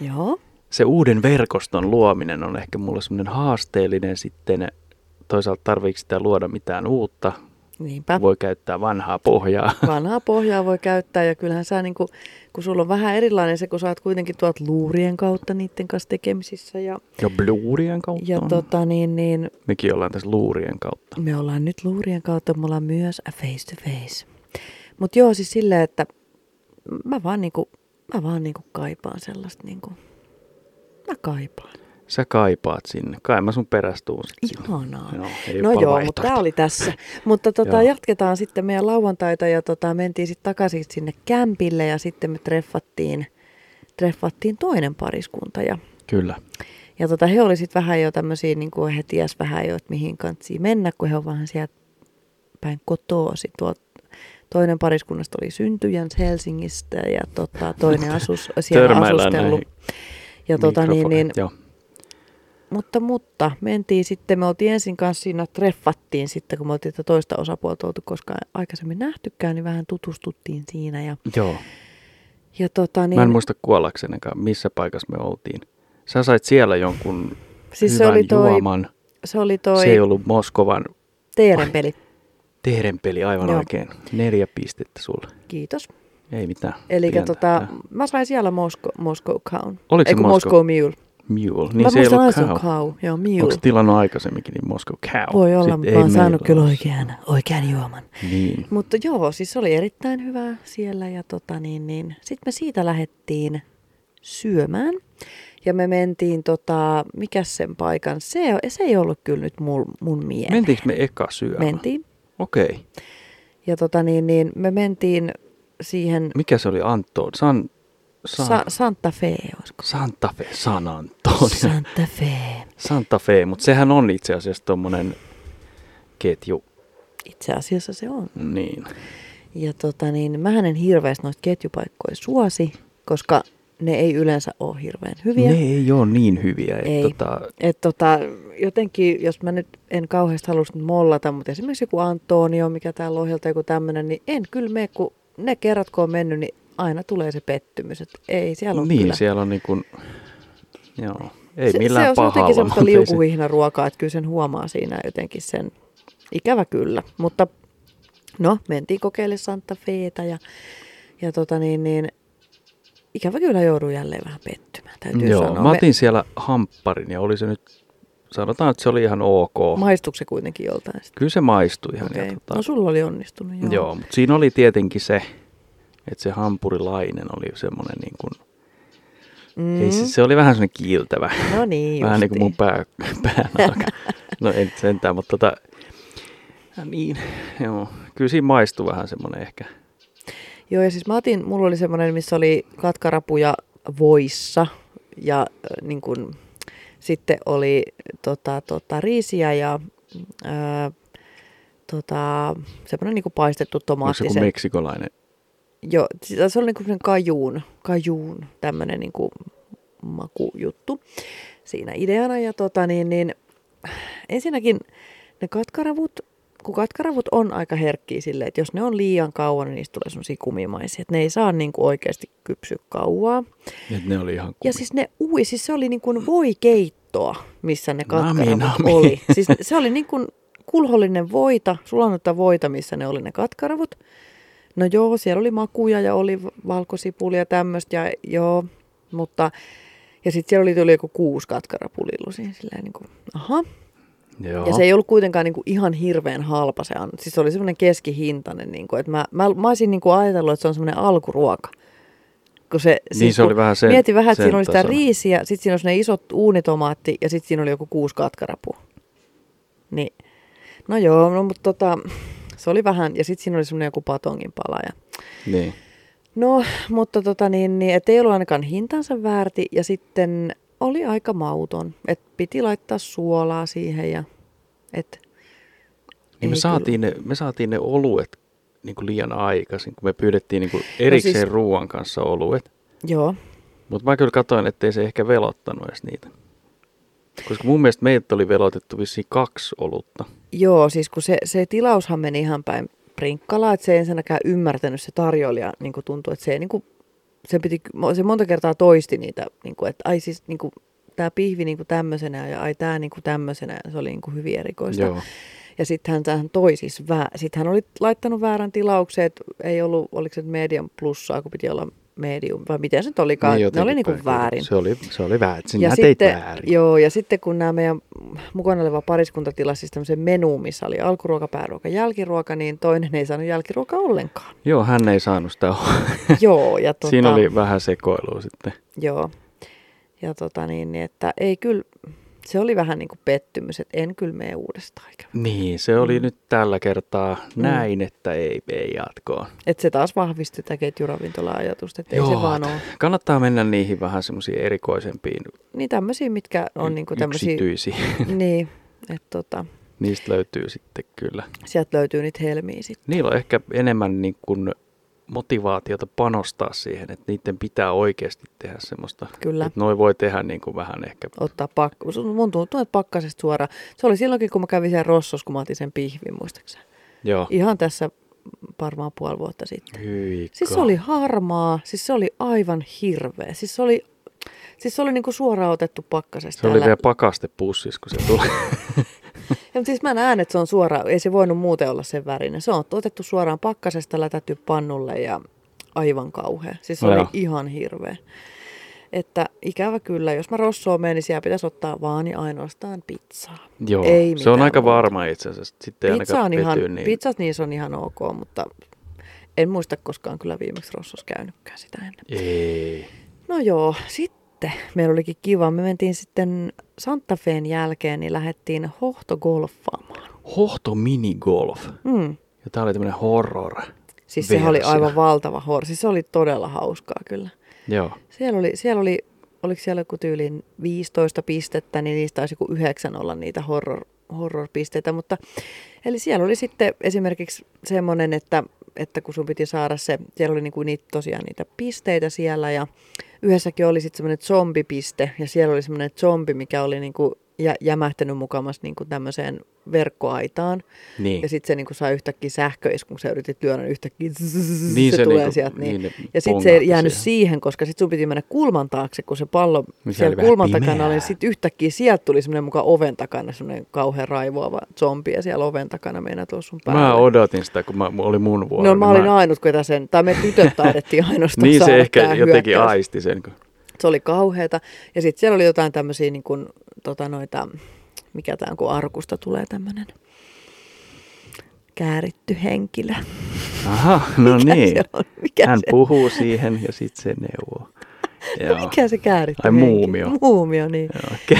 Speaker 2: Joo,
Speaker 1: se uuden verkoston luominen on ehkä mulle semmoinen haasteellinen sitten. Toisaalta tarviiko sitä luoda mitään uutta?
Speaker 2: niinpä.
Speaker 1: Voi käyttää vanhaa pohjaa.
Speaker 2: vanhaa pohjaa voi käyttää ja kyllähän sä niin kuin, kun sulla on vähän erilainen se, kun sä oot kuitenkin tuot luurien kautta niiden kanssa tekemisissä ja,
Speaker 1: Ja bluurien kautta.
Speaker 2: ja
Speaker 1: on.
Speaker 2: tota niin, niin
Speaker 1: Mekin ollaan tässä luurien kautta.
Speaker 2: me ollaan nyt luurien kautta, me ollaan myös face to face. Mutta joo, siis silleen, että mä vaan niinku, mä vaan niinku kaipaan sellaista niinku, mä kaipaan.
Speaker 1: Sä kaipaat sinne. Kai mä sun perästuun sit sinne.
Speaker 2: Ihanaa.
Speaker 1: Joo, ei
Speaker 2: No
Speaker 1: ole
Speaker 2: joo, mutta
Speaker 1: vaihtoehtoja.
Speaker 2: tämä oli tässä. Mutta tota,
Speaker 1: Joo.
Speaker 2: jatketaan sitten meidän lauantaita ja tota, mentiin sitten takaisin sinne kämpille ja sitten me treffattiin, treffattiin toinen pariskunta. Ja,
Speaker 1: Kyllä.
Speaker 2: ja tota, he oli sitten vähän jo tämmöisiä, niin kuin he ties vähän jo, että mihin kantsiin mennä, kun he on vähän sieltä päin kotoa. Sit tuo, toinen pariskunnasta oli syntyjäns Helsingistä ja tota, toinen asus, siellä
Speaker 1: Törmäillään
Speaker 2: asustellut.
Speaker 1: näihin
Speaker 2: Ja tota niin,
Speaker 1: Mikrofoni,
Speaker 2: niin,
Speaker 1: Joo.
Speaker 2: mutta, mutta mentiin sitten, me oltiin ensin kanssa siinä treffattiin sitten, kun me oltiin tätä toista osapuolta oltu koskaan aikaisemmin nähtykään, niin vähän tutustuttiin siinä. Ja,
Speaker 1: Joo.
Speaker 2: ja tota niin,
Speaker 1: Mä en muista kuollaksenakaan, missä paikassa me oltiin. Sä sait siellä jonkun
Speaker 2: siis se
Speaker 1: hyvän
Speaker 2: oli toi,
Speaker 1: juoman.
Speaker 2: se oli toi
Speaker 1: Se ei ollut Moskovan
Speaker 2: Teeren peli.
Speaker 1: tehdenpeli aivan
Speaker 2: Joo.
Speaker 1: oikein. Neljä pistettä sulle.
Speaker 2: Kiitos.
Speaker 1: Ei mitään.
Speaker 2: Eli
Speaker 1: Pientä.
Speaker 2: tota,
Speaker 1: Tää.
Speaker 2: mä sain siellä Moscow, Moscow Cow.
Speaker 1: Oliko se
Speaker 2: Eiku,
Speaker 1: Moscow?
Speaker 2: Moscow Mule.
Speaker 1: Mule.
Speaker 2: mä
Speaker 1: Niin se ei
Speaker 2: muistan,
Speaker 1: ollut
Speaker 2: että se on
Speaker 1: cow.
Speaker 2: cow. Joo,
Speaker 1: Onko
Speaker 2: mule.
Speaker 1: tilannut aikaisemminkin niin Moscow Cow?
Speaker 2: Voi olla,
Speaker 1: Sitten
Speaker 2: mutta
Speaker 1: ei
Speaker 2: mä oon saanut
Speaker 1: meillä
Speaker 2: kyllä
Speaker 1: ole.
Speaker 2: oikean, oikean juoman.
Speaker 1: Niin.
Speaker 2: Mutta joo, siis se oli erittäin hyvää siellä ja tota niin, niin. sitten me siitä lähdettiin syömään. Ja me mentiin tota, mikä sen paikan, se, ei- se ei ollut kyllä nyt mul, mun mieleen.
Speaker 1: Mentiinkö me eka syömään?
Speaker 2: Mentiin.
Speaker 1: Okei.
Speaker 2: Ja tota niin, niin me mentiin siihen
Speaker 1: Mikä se oli Anton? San... San...
Speaker 2: Sa- Santa Fe, olisiko?
Speaker 1: Santa Fe. San Antonio.
Speaker 2: Santa Fe.
Speaker 1: Santa Fe, mutta sehän on itse asiassa tuommoinen ketju.
Speaker 2: Itse asiassa se on.
Speaker 1: Niin.
Speaker 2: Ja tota niin, mähän en hirveästi noita ketjupaikkoja suosi, koska ne ei yleensä ole hirveän hyviä.
Speaker 1: Ne ei ole niin hyviä. että
Speaker 2: Ei.
Speaker 1: Tota,
Speaker 2: Et tota, jotenkin, jos mä nyt en kauheasti halus nyt mollata, mutta esimerkiksi joku Antonio, mikä täällä ohjelta joku tämmöinen, niin en kyllä mene, kun ne kerrat kun on mennyt, niin aina tulee se pettymys, että ei siellä on
Speaker 1: niin,
Speaker 2: kyllä.
Speaker 1: siellä on niin kuin, joo, ei
Speaker 2: se,
Speaker 1: millään
Speaker 2: se on
Speaker 1: pahalla.
Speaker 2: jotenkin semmoista
Speaker 1: mutta ei se-
Speaker 2: liukuhihnaruokaa, että kyllä sen huomaa siinä jotenkin sen, ikävä kyllä. Mutta no, mentiin kokeille Santa Feetä ja, ja tota niin, niin ikävä kyllä joudun jälleen vähän pettymään, täytyy
Speaker 1: Joo,
Speaker 2: sanoa.
Speaker 1: mä otin siellä hampparin ja oli se nyt, sanotaan, että se oli ihan ok.
Speaker 2: Me, maistuiko se kuitenkin joltain sitten?
Speaker 1: Kyllä se maistui ihan. Ja,
Speaker 2: Okei, okay. no sulla oli onnistunut joo.
Speaker 1: joo. joo, mutta siinä oli tietenkin se, että se hampurilainen oli semmoinen niin kuin, mm. ei, se, se oli vähän semmoinen kiiltävä.
Speaker 2: No niin,
Speaker 1: Vähän niin kuin mun
Speaker 2: justiin.
Speaker 1: pää, päänahka. No ei nyt sentään, mutta tota, ja niin, joo. Kyllä siinä maistui vähän semmoinen ehkä.
Speaker 2: Joo, ja siis mä otin, mulla oli semmoinen, missä oli katkarapuja voissa ja äh, niin kuin, sitten oli tota, tota, riisiä ja äh, tota, semmoinen niin kuin paistettu
Speaker 1: Onko se
Speaker 2: tomaatti.
Speaker 1: joku meksikolainen?
Speaker 2: Joo, siis se oli niinku semmoinen kajuun, kajuun tämmöinen niinku makujuttu siinä ideana. Ja tota niin, niin ensinnäkin ne katkaravut, kun katkaravut on aika herkkiä silleen, että jos ne on liian kauan, niin niistä tulee semmoisia kumimaisia. Että ne ei saa niinku oikeasti kypsyä kauaa.
Speaker 1: Että ne oli ihan kumi.
Speaker 2: Ja siis ne ui, siis se oli niin kuin voikeittoa, missä ne
Speaker 1: Nami,
Speaker 2: katkaravut
Speaker 1: nami.
Speaker 2: oli. Siis se oli niin kuin kulhollinen voita, sulannutta voita, missä ne oli ne katkaravut. No joo, siellä oli makuja ja oli valkosipulia ja tämmöistä ja joo, mutta... Ja sitten siellä oli tuli joku kuusi katkarapulillu siinä silleen niin kuin, aha.
Speaker 1: Joo.
Speaker 2: Ja se ei ollut kuitenkaan niin kuin ihan hirveän halpa se annos. Siis se oli semmoinen keskihintainen, niin kuin, että mä, mä, mä olisin niin kuin ajatellut, että se on semmoinen alkuruoka. Kun se,
Speaker 1: Niin se oli vähän sen-
Speaker 2: Mietin vähän, että
Speaker 1: sen
Speaker 2: siinä oli sitä
Speaker 1: tasoinen.
Speaker 2: riisiä, sitten siinä oli ne isot uunitomaatti ja sitten siinä oli joku kuusi katkarapua. Niin. No joo, no, mutta tota, se oli vähän, ja sitten siinä oli semmoinen joku patongin pala ja
Speaker 1: Niin.
Speaker 2: No, mutta tota niin, niin et ei ollut ainakaan hintansa väärti ja sitten oli aika mauton. Et piti laittaa suolaa siihen ja et,
Speaker 1: Niin me,
Speaker 2: Ei
Speaker 1: saatiin ne, me saatiin ne oluet niin kuin liian aikaisin, kun me pyydettiin niin kuin erikseen no
Speaker 2: siis-
Speaker 1: siis... ruoan kanssa oluet.
Speaker 2: joo.
Speaker 1: Mutta mä kyllä katsoin, ettei se ehkä velottanut edes niitä. Koska mun mielestä meiltä oli velotettu vissiin kaksi olutta.
Speaker 2: Joo, siis kun se, se tilaushan meni ihan päin prinkkalaa, että se ei ensinnäkään ymmärtänyt se tarjoilija, niin kuin tuntui, että se ei niin kuin, se, piti, se monta kertaa toisti niitä, niin kuin, että ai siis niin kuin, tämä pihvi niin kuin tämmöisenä ja ai tämä niin kuin tämmöisenä, ja se oli niin kuin hyvin erikoista.
Speaker 1: Joo.
Speaker 2: Ja sitten hän tähän toi siis, vää, sit hän oli laittanut väärän tilauksen, että ei ollut, oliko se nyt medium plussaa, kun piti olla medium, vai miten se nyt olikaan, niin ne
Speaker 1: jotenkin
Speaker 2: oli niinku
Speaker 1: päin.
Speaker 2: väärin.
Speaker 1: Se oli, se oli väärin. Sinä teit väärin.
Speaker 2: Joo, ja sitten kun nämä meidän mukana oleva pariskunta tilasi siis tämmöisen menu, missä oli alkuruoka, pääruoka, jälkiruoka, niin toinen ei saanut jälkiruokaa ollenkaan.
Speaker 1: Joo, hän ei saanut sitä.
Speaker 2: joo, ja tota,
Speaker 1: Tota... Siinä oli vähän sekoilua sitten.
Speaker 2: Joo. Ja tota niin, niin, että ei kyllä, se oli vähän niin kuin pettymys, että en kyllä mene uudestaan ikävä.
Speaker 1: Niin, se
Speaker 2: Mm.
Speaker 1: oli nyt tällä kertaa näin, että ei, ei jatkoon.
Speaker 2: Että se taas vahvisti tätä ketjuravintola-ajatusta, että ei se vaan ole.
Speaker 1: kannattaa mennä niihin vähän semmoisiin erikoisempiin,
Speaker 2: Niin tämmöisiä, mitkä on niinku tämmöisiä...
Speaker 1: yksityisiin.
Speaker 2: Niin, että tota,
Speaker 1: Niistä löytyy sitten kyllä.
Speaker 2: sieltä löytyy niitä helmiä sitten.
Speaker 1: Niillä on ehkä enemmän niin kuin motivaatiota panostaa siihen, että niiden pitää oikeasti tehdä semmoista.
Speaker 2: Kyllä.
Speaker 1: Että noi voi tehdä niin kuin vähän ehkä.
Speaker 2: Ottaa pakko. sun- Mun tuntuu, että pakkasesta suoraan. Se oli silloinkin, kun mä kävin siellä Rossos, kun mä otin sen pihvin, muistaakseni.
Speaker 1: Joo.
Speaker 2: Ihan tässä varmaan puoli vuotta sitten.
Speaker 1: Hyi
Speaker 2: Siis se oli harmaa, siis se oli aivan hirveä. Siis se oli, siis se oli niinku suoraan otettu pakkasesta.
Speaker 1: Se oli vielä pakastepussissa, kun se tuli.
Speaker 2: Ja, mut siis mä näen, että se on suoraan, ei se voinut muuten olla sen värinen. Se on otettu suoraan pakkasesta, lätätty pannulle ja aivan kauhea. Siis se
Speaker 1: No
Speaker 2: oli
Speaker 1: joo.
Speaker 2: ihan hirveä. Että ikävä kyllä, jos mä Rossoon menen, niin siellä pitäisi ottaa vaan ja ainoastaan pizzaa.
Speaker 1: Joo.
Speaker 2: Ei
Speaker 1: se on
Speaker 2: mitään
Speaker 1: aika
Speaker 2: muuta.
Speaker 1: varma itse asiassa. Sitten ei
Speaker 2: Pizza on
Speaker 1: ainakaan
Speaker 2: ihan,
Speaker 1: pety, niin...
Speaker 2: Pizzat niissä on ihan ok, mutta en muista koskaan kyllä viimeksi Rossos käynytkään sitä ennen.
Speaker 1: Ei.
Speaker 2: No joo, sitten meillä olikin kiva. Me mentiin sitten Santa Feen jälkeen, niin lähdettiin hohtogolfaamaan.
Speaker 1: Hohto minigolf.
Speaker 2: Mm.
Speaker 1: Ja tää oli tämmönen horror.
Speaker 2: Siis sehän oli
Speaker 1: versio.
Speaker 2: aivan valtava hor. Siis se oli todella hauskaa kyllä.
Speaker 1: Joo.
Speaker 2: Siellä oli, siellä oli oliko siellä joku tyyliin 15 pistettä, niin niistä taisi joku yhdeksän olla niitä horror, horror-pisteitä. Mutta, eli siellä oli sitten esimerkiksi semmoinen, että, että kun sun piti saada se, siellä oli niinku niitä, tosiaan niitä pisteitä siellä ja yhdessäkin oli sitten semmoinen zombipiste ja siellä oli semmoinen zombi, mikä oli niinku jä, jämähtänyt mukamas niinku tämmöiseen verkkoaitaan.
Speaker 1: Niin.
Speaker 2: Ja sitten se niinku sai yhtäkkiä sähköiskun, sä yritit lyödä niin yhtäkkiä zzz,
Speaker 1: Niin
Speaker 2: se,
Speaker 1: se
Speaker 2: tulee
Speaker 1: niinku-
Speaker 2: sieltä.
Speaker 1: niin
Speaker 2: Niin.
Speaker 1: ne
Speaker 2: ja sitten se
Speaker 1: pongahti
Speaker 2: ei jäänyt siihen,
Speaker 1: siihen. Niin,
Speaker 2: koska sitten sun piti mennä kulman taakse, kun se pallo
Speaker 1: oli
Speaker 2: siellä
Speaker 1: vähän
Speaker 2: kulman
Speaker 1: pimeää.
Speaker 2: takana oli. Niin sitten yhtäkkiä sieltä tuli semmoinen mukaan oven takana, semmoinen kauhean raivoava zombi ja siellä oven takana meinaa tulla sun päälle.
Speaker 1: Mä odotin sitä, kun mä, oli mun vuoro.
Speaker 2: No mä
Speaker 1: niin
Speaker 2: olin ainut, kun sen, tai me tytöt taidettiin ainoastaan
Speaker 1: Niin se
Speaker 2: saada
Speaker 1: ehkä
Speaker 2: tää
Speaker 1: jotenkin
Speaker 2: hyökkäys.
Speaker 1: aisti sen. Kun...
Speaker 2: Se oli kauheeta. Ja sitten siellä oli jotain tämmöisiä, niin kuin, tota noita, mikä tämä on, kun arkusta tulee tämmöinen kääritty henkilö.
Speaker 1: Aha, no
Speaker 2: Mikä
Speaker 1: niin.
Speaker 2: se on? Mikä
Speaker 1: Hän
Speaker 2: se- No,
Speaker 1: puhuu siihen ja sitten se neuvoo. Joo.
Speaker 2: Mikä se kääritty
Speaker 1: Ai,
Speaker 2: henkilö?
Speaker 1: muumio.
Speaker 2: Muumio, niin.
Speaker 1: Joo, okei.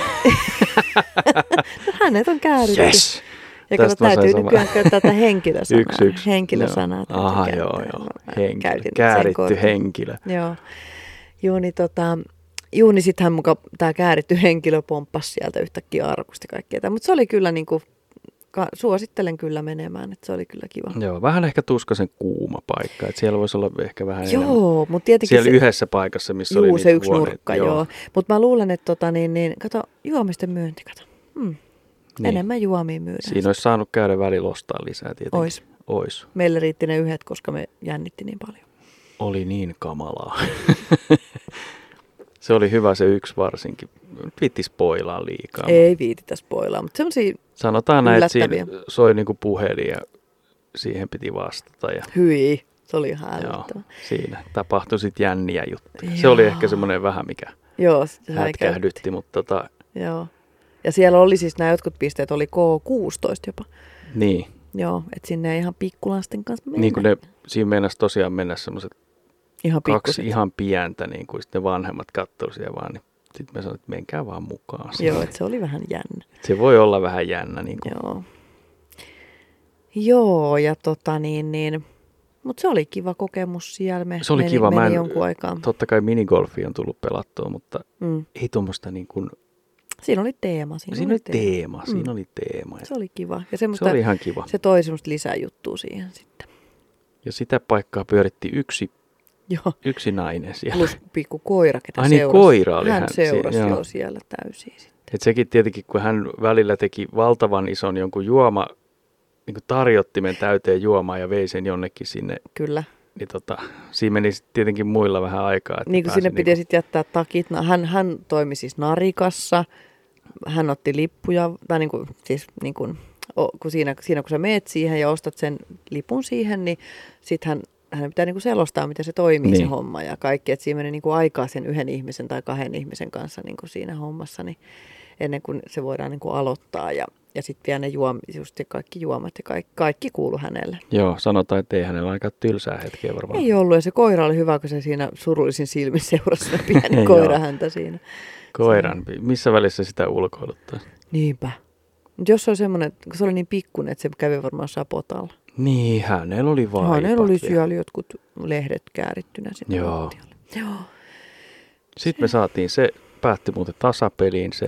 Speaker 2: No, hänet on kääritty.
Speaker 1: Yes!
Speaker 2: Ja kato,
Speaker 1: Tästä mä sain
Speaker 2: täytyy
Speaker 1: saman.
Speaker 2: nykyään käyttää tätä henkilösanaa.
Speaker 1: Yksi, yksi.
Speaker 2: Henkilösanaa.
Speaker 1: Joo. Aha,
Speaker 2: täytyy
Speaker 1: joo,
Speaker 2: käyttää.
Speaker 1: joo.
Speaker 2: Mä
Speaker 1: Henkilö.
Speaker 2: käytin sen
Speaker 1: Kääritty
Speaker 2: kortin.
Speaker 1: henkilö.
Speaker 2: Joo. Joo, niin tota, juu, niin sittenhän muka tämä kääritty henkilö pomppasi sieltä yhtäkkiä arkusta kaikkea. Mutta se oli kyllä niinku, ka- suosittelen kyllä menemään, että se oli kyllä kiva.
Speaker 1: Joo, vähän ehkä tuskasen kuuma paikka. Että siellä voisi olla ehkä vähän enemmän.
Speaker 2: Joo, mutta tietenkin
Speaker 1: Siellä
Speaker 2: se,
Speaker 1: yhdessä paikassa, missä oli
Speaker 2: juu,
Speaker 1: niitä
Speaker 2: se yksi
Speaker 1: huoneita.
Speaker 2: nurkka, joo. joo. Mutta mä luulen, että tota, niin, niin, kato, juomisten myynti, kato. Hmm.
Speaker 1: Niin.
Speaker 2: Niin. Enemmän juomia myydään.
Speaker 1: Siinä olisi saanut käydä välillä ostaa lisää tietenkin.
Speaker 2: Ois.
Speaker 1: Ois.
Speaker 2: Meillä riitti ne yhdet, koska me jännitti niin paljon.
Speaker 1: Oli niin kamalaa. se oli hyvä se yksi varsinkin. Piti spoilaa liikaa.
Speaker 2: Ei viititä spoilaa, mutta semmoisia
Speaker 1: Sanotaan näin, että siinä
Speaker 2: Yllättäviä.
Speaker 1: soi niinku puhelin ja siihen piti vastata. Ja,
Speaker 2: hyi, se oli ihan
Speaker 1: joo,
Speaker 2: älyttävä.
Speaker 1: siinä tapahtui sitten jänniä juttuja. Se
Speaker 2: Joo.
Speaker 1: oli ehkä semmoinen vähän mikä
Speaker 2: Joo, se häikäytti.
Speaker 1: hätkähdytti, mutta tota,
Speaker 2: Joo. Ja siellä oli siis nämä jotkut pisteet, oli K16 jopa.
Speaker 1: niin.
Speaker 2: Joo, että sinne ei ihan pikkulasten kanssa mennä.
Speaker 1: Niin kuin ne, siinä meinasi tosiaan mennä semmoiset
Speaker 2: ihan
Speaker 1: kaksi
Speaker 2: pikkuset.
Speaker 1: ihan pientä, niin kuin sitten ne vanhemmat kattoi siellä vaan, niin sitten me sanoin, että menkää vaan mukaan.
Speaker 2: Joo, että se oli vähän jännä.
Speaker 1: Se voi olla vähän jännä. Niin kuin.
Speaker 2: Joo. Joo, ja tota niin, niin. Mutta se oli kiva kokemus siellä. Me
Speaker 1: Se oli
Speaker 2: meni,
Speaker 1: kiva. Mä
Speaker 2: Meni
Speaker 1: en-
Speaker 2: jonkun aikaa.
Speaker 1: Totta kai minigolfi on tullut pelattua, mutta
Speaker 2: Mm.
Speaker 1: ei tuommoista niin kuin,
Speaker 2: Siinä oli teema. Siinä,
Speaker 1: siinä oli teema, siinä
Speaker 2: Mm.
Speaker 1: oli teema.
Speaker 2: Se oli kiva.
Speaker 1: Se
Speaker 2: Ja semmoista,
Speaker 1: oli ihan kiva.
Speaker 2: se toi semmoista lisäjuttua siihen sitten.
Speaker 1: Ja sitä paikkaa pyöritti yksi,
Speaker 2: Joo.
Speaker 1: yksi nainen siellä.
Speaker 2: Plus pikku koira, ketä
Speaker 1: Ai niin,
Speaker 2: seurasi.
Speaker 1: koira oli
Speaker 2: hän.
Speaker 1: hän
Speaker 2: seurasi
Speaker 1: siinä,
Speaker 2: jo
Speaker 1: joo.
Speaker 2: siellä täysin. sitten.
Speaker 1: Et sekin tietenkin, kun hän välillä teki valtavan ison jonkun juoma, niin kuin tarjottimen täyteen juomaa ja vei sen jonnekin sinne,
Speaker 2: Kyllä.
Speaker 1: niin tota, siinä meni sit tietenkin muilla vähän aikaa. Että
Speaker 2: Niin kuin
Speaker 1: pääsi
Speaker 2: sinne
Speaker 1: niinku-
Speaker 2: piti sitten jättää takit. No, hän, hän toimi siis narikassa. Hän otti lippuja, tai niin kuin, siis niin kuin, o- kun siinä, siinä kun sä meet siihen ja ostat sen lipun siihen, niin sitten hän hänen pitää niinku selostaa, miten se toimii niin. se
Speaker 1: Niin.
Speaker 2: homma ja kaikki. Et siinä meni niinku aikaa sen yhden ihmisen tai kahden ihmisen kanssa niinku siinä hommassa, niin ennen kuin se voidaan niinku aloittaa. Ja, ja sitten vielä ne juom, just se kaikki juomat ja kaikki, kaikki kuulu hänelle.
Speaker 1: Joo, sanotaan, että ei hänellä aika tylsää hetkeä varmaan.
Speaker 2: Ei ollut, ja se koira oli hyvä, kun se siinä surullisin silmin seurasi se pieni
Speaker 1: Joo.
Speaker 2: koira häntä siinä.
Speaker 1: Koiran, pi- missä välissä sitä ulkoiluttaa?
Speaker 2: Niinpä. Mut jos se oli semmoinen, kun se oli niin pikkunen, että se kävi varmaan sapotalla.
Speaker 1: Niin, hänellä oli vaipat.
Speaker 2: Hänellä oli
Speaker 1: ja-
Speaker 2: siellä jotkut lehdet käärittynä sinne
Speaker 1: Joo.
Speaker 2: lattialle. Joo.
Speaker 1: Sitten me saatiin se, päätti muuten tasapeliin se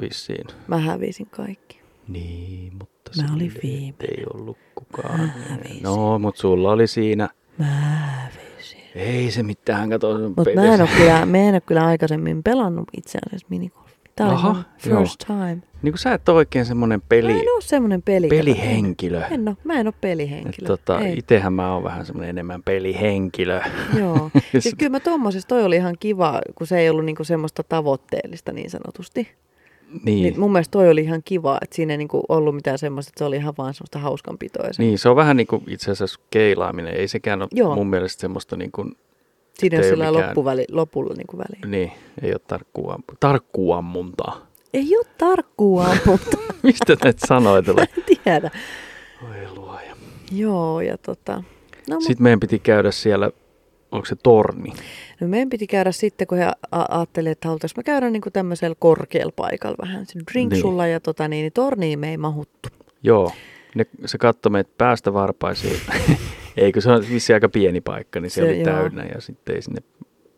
Speaker 1: vissiin.
Speaker 2: Mä hävisin kaikki.
Speaker 1: Niin, mutta
Speaker 2: Mä
Speaker 1: sille
Speaker 2: olin
Speaker 1: nyt
Speaker 2: viimeinen.
Speaker 1: ei ollut kukaan.
Speaker 2: hävisin.
Speaker 1: No, mutta sulla oli siinä.
Speaker 2: Mä visin.
Speaker 1: Ei se mitään, kato.
Speaker 2: Mutta
Speaker 1: pe-
Speaker 2: mä en ole kyllä, mä en ole kyllä aikaisemmin pelannut itse asiassa minigolfia. Tämä oli
Speaker 1: Aha,
Speaker 2: mun first time.
Speaker 1: Niin kuin sä et ole oikein semmoinen
Speaker 2: Mä
Speaker 1: peli,
Speaker 2: en ole semmoinen peli.
Speaker 1: pelihenkilö.
Speaker 2: Mä en ole, mä en ole
Speaker 1: Et
Speaker 2: pelihenkilö.
Speaker 1: Tota,
Speaker 2: Ei.
Speaker 1: itehän mä oon vähän semmoinen enemmän pelihenkilö. Niin,
Speaker 2: Joo. Siis kyllä mä tommosessa, toi oli ihan kiva, kun se ei ollut niinku semmoista tavoitteellista niin sanotusti.
Speaker 1: niin.
Speaker 2: Niin
Speaker 1: Niin,
Speaker 2: mun mielestä toi oli ihan kiva, että siinä ei niinku ollut mitään semmoista, että se oli ihan vaan semmoista hauskanpitoa. Ja se,
Speaker 1: niin, se on vähän niin kuin itse asiassa keilaaminen. Ei sekään ole
Speaker 2: Joo.
Speaker 1: Joo. mun mielestä semmoista niin kuin,
Speaker 2: siinä ei
Speaker 1: ei
Speaker 2: ole
Speaker 1: ole
Speaker 2: sillä
Speaker 1: mikään-
Speaker 2: loppuväli, lopulla niinku väliä.
Speaker 1: niin, ei ole tarkkua, tarkkuammuntaa.
Speaker 2: Ei ole tarkkua, mutta
Speaker 1: Mistä näitä sanoja tulee?
Speaker 2: en tiedä.
Speaker 1: Oi luoja.
Speaker 2: Joo, ja tota... No, mut,
Speaker 1: Sitten No, meidän piti käydä siellä, onko se torni?
Speaker 2: no meidän piti käydä sitten, kun he a- ajatteli, että halutaanko me käydä niinku tämmöisellä korkealla paikalla vähän. Se drinksulla ja tota niin, niin torniin me ei mahuttu.
Speaker 1: Joo. Ne, se katsoi meitä päästä varpaisiin. Eikö se on vissiin aika pieni paikka, niin se,
Speaker 2: Se,
Speaker 1: se oli
Speaker 2: joo.
Speaker 1: joo. täynnä ja sitten ei sinne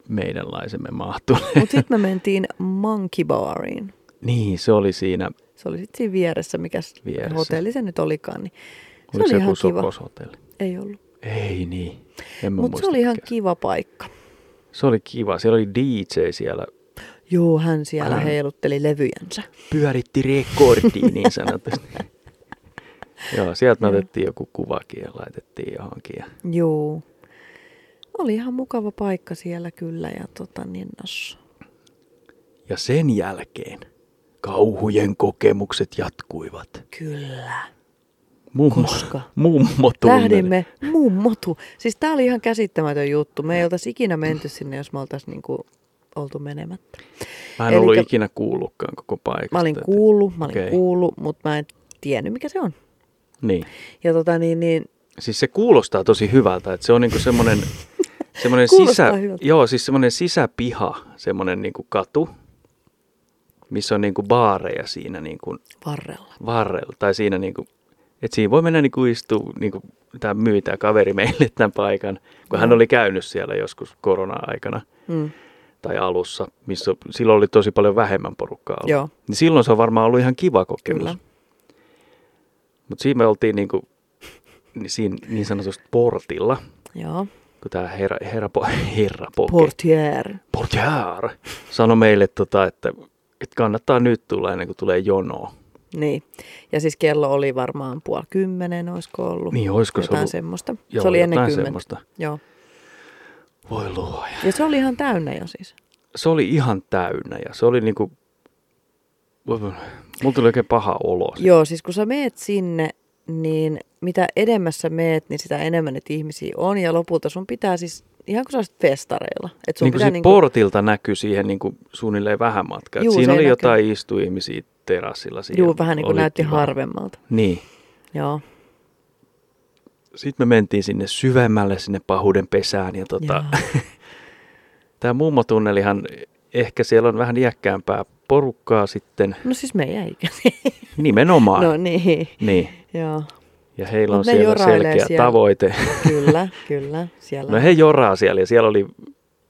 Speaker 1: meidänlaisemme mahtunut.
Speaker 2: Mutta sitten me mentiin Monkey Bariin.
Speaker 1: niin, se oli siinä.
Speaker 2: Se oli sitten siinä vieressä, mikä s-
Speaker 1: Vieressä.
Speaker 2: hotelli se nyt olikaan. Niin se
Speaker 1: Oliko
Speaker 2: oli
Speaker 1: se
Speaker 2: ihan
Speaker 1: joku
Speaker 2: kiva.
Speaker 1: Sokoshotelli?
Speaker 2: Ei ollut.
Speaker 1: Ei niin. En mä
Speaker 2: Mutta se
Speaker 1: muista
Speaker 2: oli ihan
Speaker 1: mikään.
Speaker 2: kiva paikka.
Speaker 1: Se oli kiva. Siellä oli DJ siellä.
Speaker 2: Joo, hän siellä
Speaker 1: Hän-
Speaker 2: heilutteli levyjänsä.
Speaker 1: Pyöritti rekordia niin sanotusti. Joo, sieltä me
Speaker 2: Joo.
Speaker 1: otettiin joku kuvakin ja laitettiin johonkin. Ja...
Speaker 2: Joo. Oli ihan mukava paikka siellä kyllä ja tota niin nas.
Speaker 1: ja sen jälkeen kauhujen kokemukset jatkuivat.
Speaker 2: Kyllä.
Speaker 1: Mummo,
Speaker 2: Koska?
Speaker 1: mummo tunneli.
Speaker 2: Lähdimme mummotu. Siis tää oli ihan käsittämätön juttu. Me ei oltaisi ikinä menty sinne, jos me oltaisiin niinku oltu menemättä.
Speaker 1: Mä en Elikkä... ollut
Speaker 2: Elikkä-
Speaker 1: ikinä kuullutkaan koko paikasta.
Speaker 2: Mä olin
Speaker 1: että-
Speaker 2: kuullut, mä olin okay.
Speaker 1: Okei.
Speaker 2: kuullut, mutta mä en tiennyt mikä se on.
Speaker 1: Niin.
Speaker 2: Ja tota niin, niin
Speaker 1: Siis se kuulostaa tosi hyvältä, että se on niinku semmoinen semmoinen
Speaker 2: Kuulostaa
Speaker 1: sisä,
Speaker 2: hyvältä.
Speaker 1: joo, siis semmoinen sisäpiha, semmoinen niinku katu, missä on niinku baareja siinä niinku
Speaker 2: varrella.
Speaker 1: varrella. Tai siinä niinku, että siinä voi mennä niinku istua, niinku, tämä myy tää kaveri meille tämän paikan, kun hän
Speaker 2: Joo.
Speaker 1: oli käynyt siellä joskus korona-aikana.
Speaker 2: Mm.
Speaker 1: tai alussa, missä silloin oli tosi paljon vähemmän porukkaa ollut.
Speaker 2: Joo.
Speaker 1: Niin silloin se on varmaan ollut ihan kiva kokemus.
Speaker 2: Kyllä.
Speaker 1: Mutta siinä me oltiin niinku, niin, siinä niin sanotusti portilla,
Speaker 2: Joo.
Speaker 1: kun tämä herra, herra, po- herra poke, Port.
Speaker 2: Portier.
Speaker 1: portier, sanoi meille, tota, että, että kannattaa nyt tulla ennen kuin tulee jonoa.
Speaker 2: Niin. Ja siis kello oli varmaan puoli kymmenen, olisiko ollut.
Speaker 1: Niin, olisiko se
Speaker 2: jotain
Speaker 1: ollut?
Speaker 2: semmoista.
Speaker 1: Joo,
Speaker 2: se oli ennen
Speaker 1: jotain
Speaker 2: kymmentä.
Speaker 1: semmoista.
Speaker 2: Joo.
Speaker 1: Voi luoja.
Speaker 2: Ja se oli ihan täynnä jo siis.
Speaker 1: Se oli ihan täynnä ja se oli niinku, voi voi, mulla tuli oikein paha olo. siitä.
Speaker 2: Joo, siis kun sä meet sinne, niin mitä edemmäs sä meet, niin sitä enemmän niitä ihmisiä on. Ja lopulta sun pitää siis, ihan kun sä olisit festareilla. Että sun
Speaker 1: niin kuin
Speaker 2: pitää
Speaker 1: siitä niinku... portilta näkyy siihen niinku suunnilleen vähän matkaa. Et
Speaker 2: Juu, se
Speaker 1: siinä oli
Speaker 2: näkyy.
Speaker 1: jotain istuihmisiä terassilla. Siinä
Speaker 2: juu, vähän niin kuin
Speaker 1: oli
Speaker 2: näytti
Speaker 1: kiva.
Speaker 2: harvemmalta.
Speaker 1: Niin.
Speaker 2: Joo.
Speaker 1: Sitten me mentiin sinne syvemmälle, sinne pahuuden pesään. Ja tota, tämä mummotunnelihan, ehkä siellä on vähän iäkkäämpää porukkaa sitten,
Speaker 2: No siis meidän ikäisiä.
Speaker 1: nimenomaan.
Speaker 2: No niin.
Speaker 1: Niin.
Speaker 2: Joo,
Speaker 1: Ja heillä on
Speaker 2: Mut ne
Speaker 1: siellä
Speaker 2: jorailee
Speaker 1: selkeä
Speaker 2: siellä.
Speaker 1: siellä. tavoite.
Speaker 2: kyllä, kyllä. Siellä
Speaker 1: No he joraa siellä ja siellä oli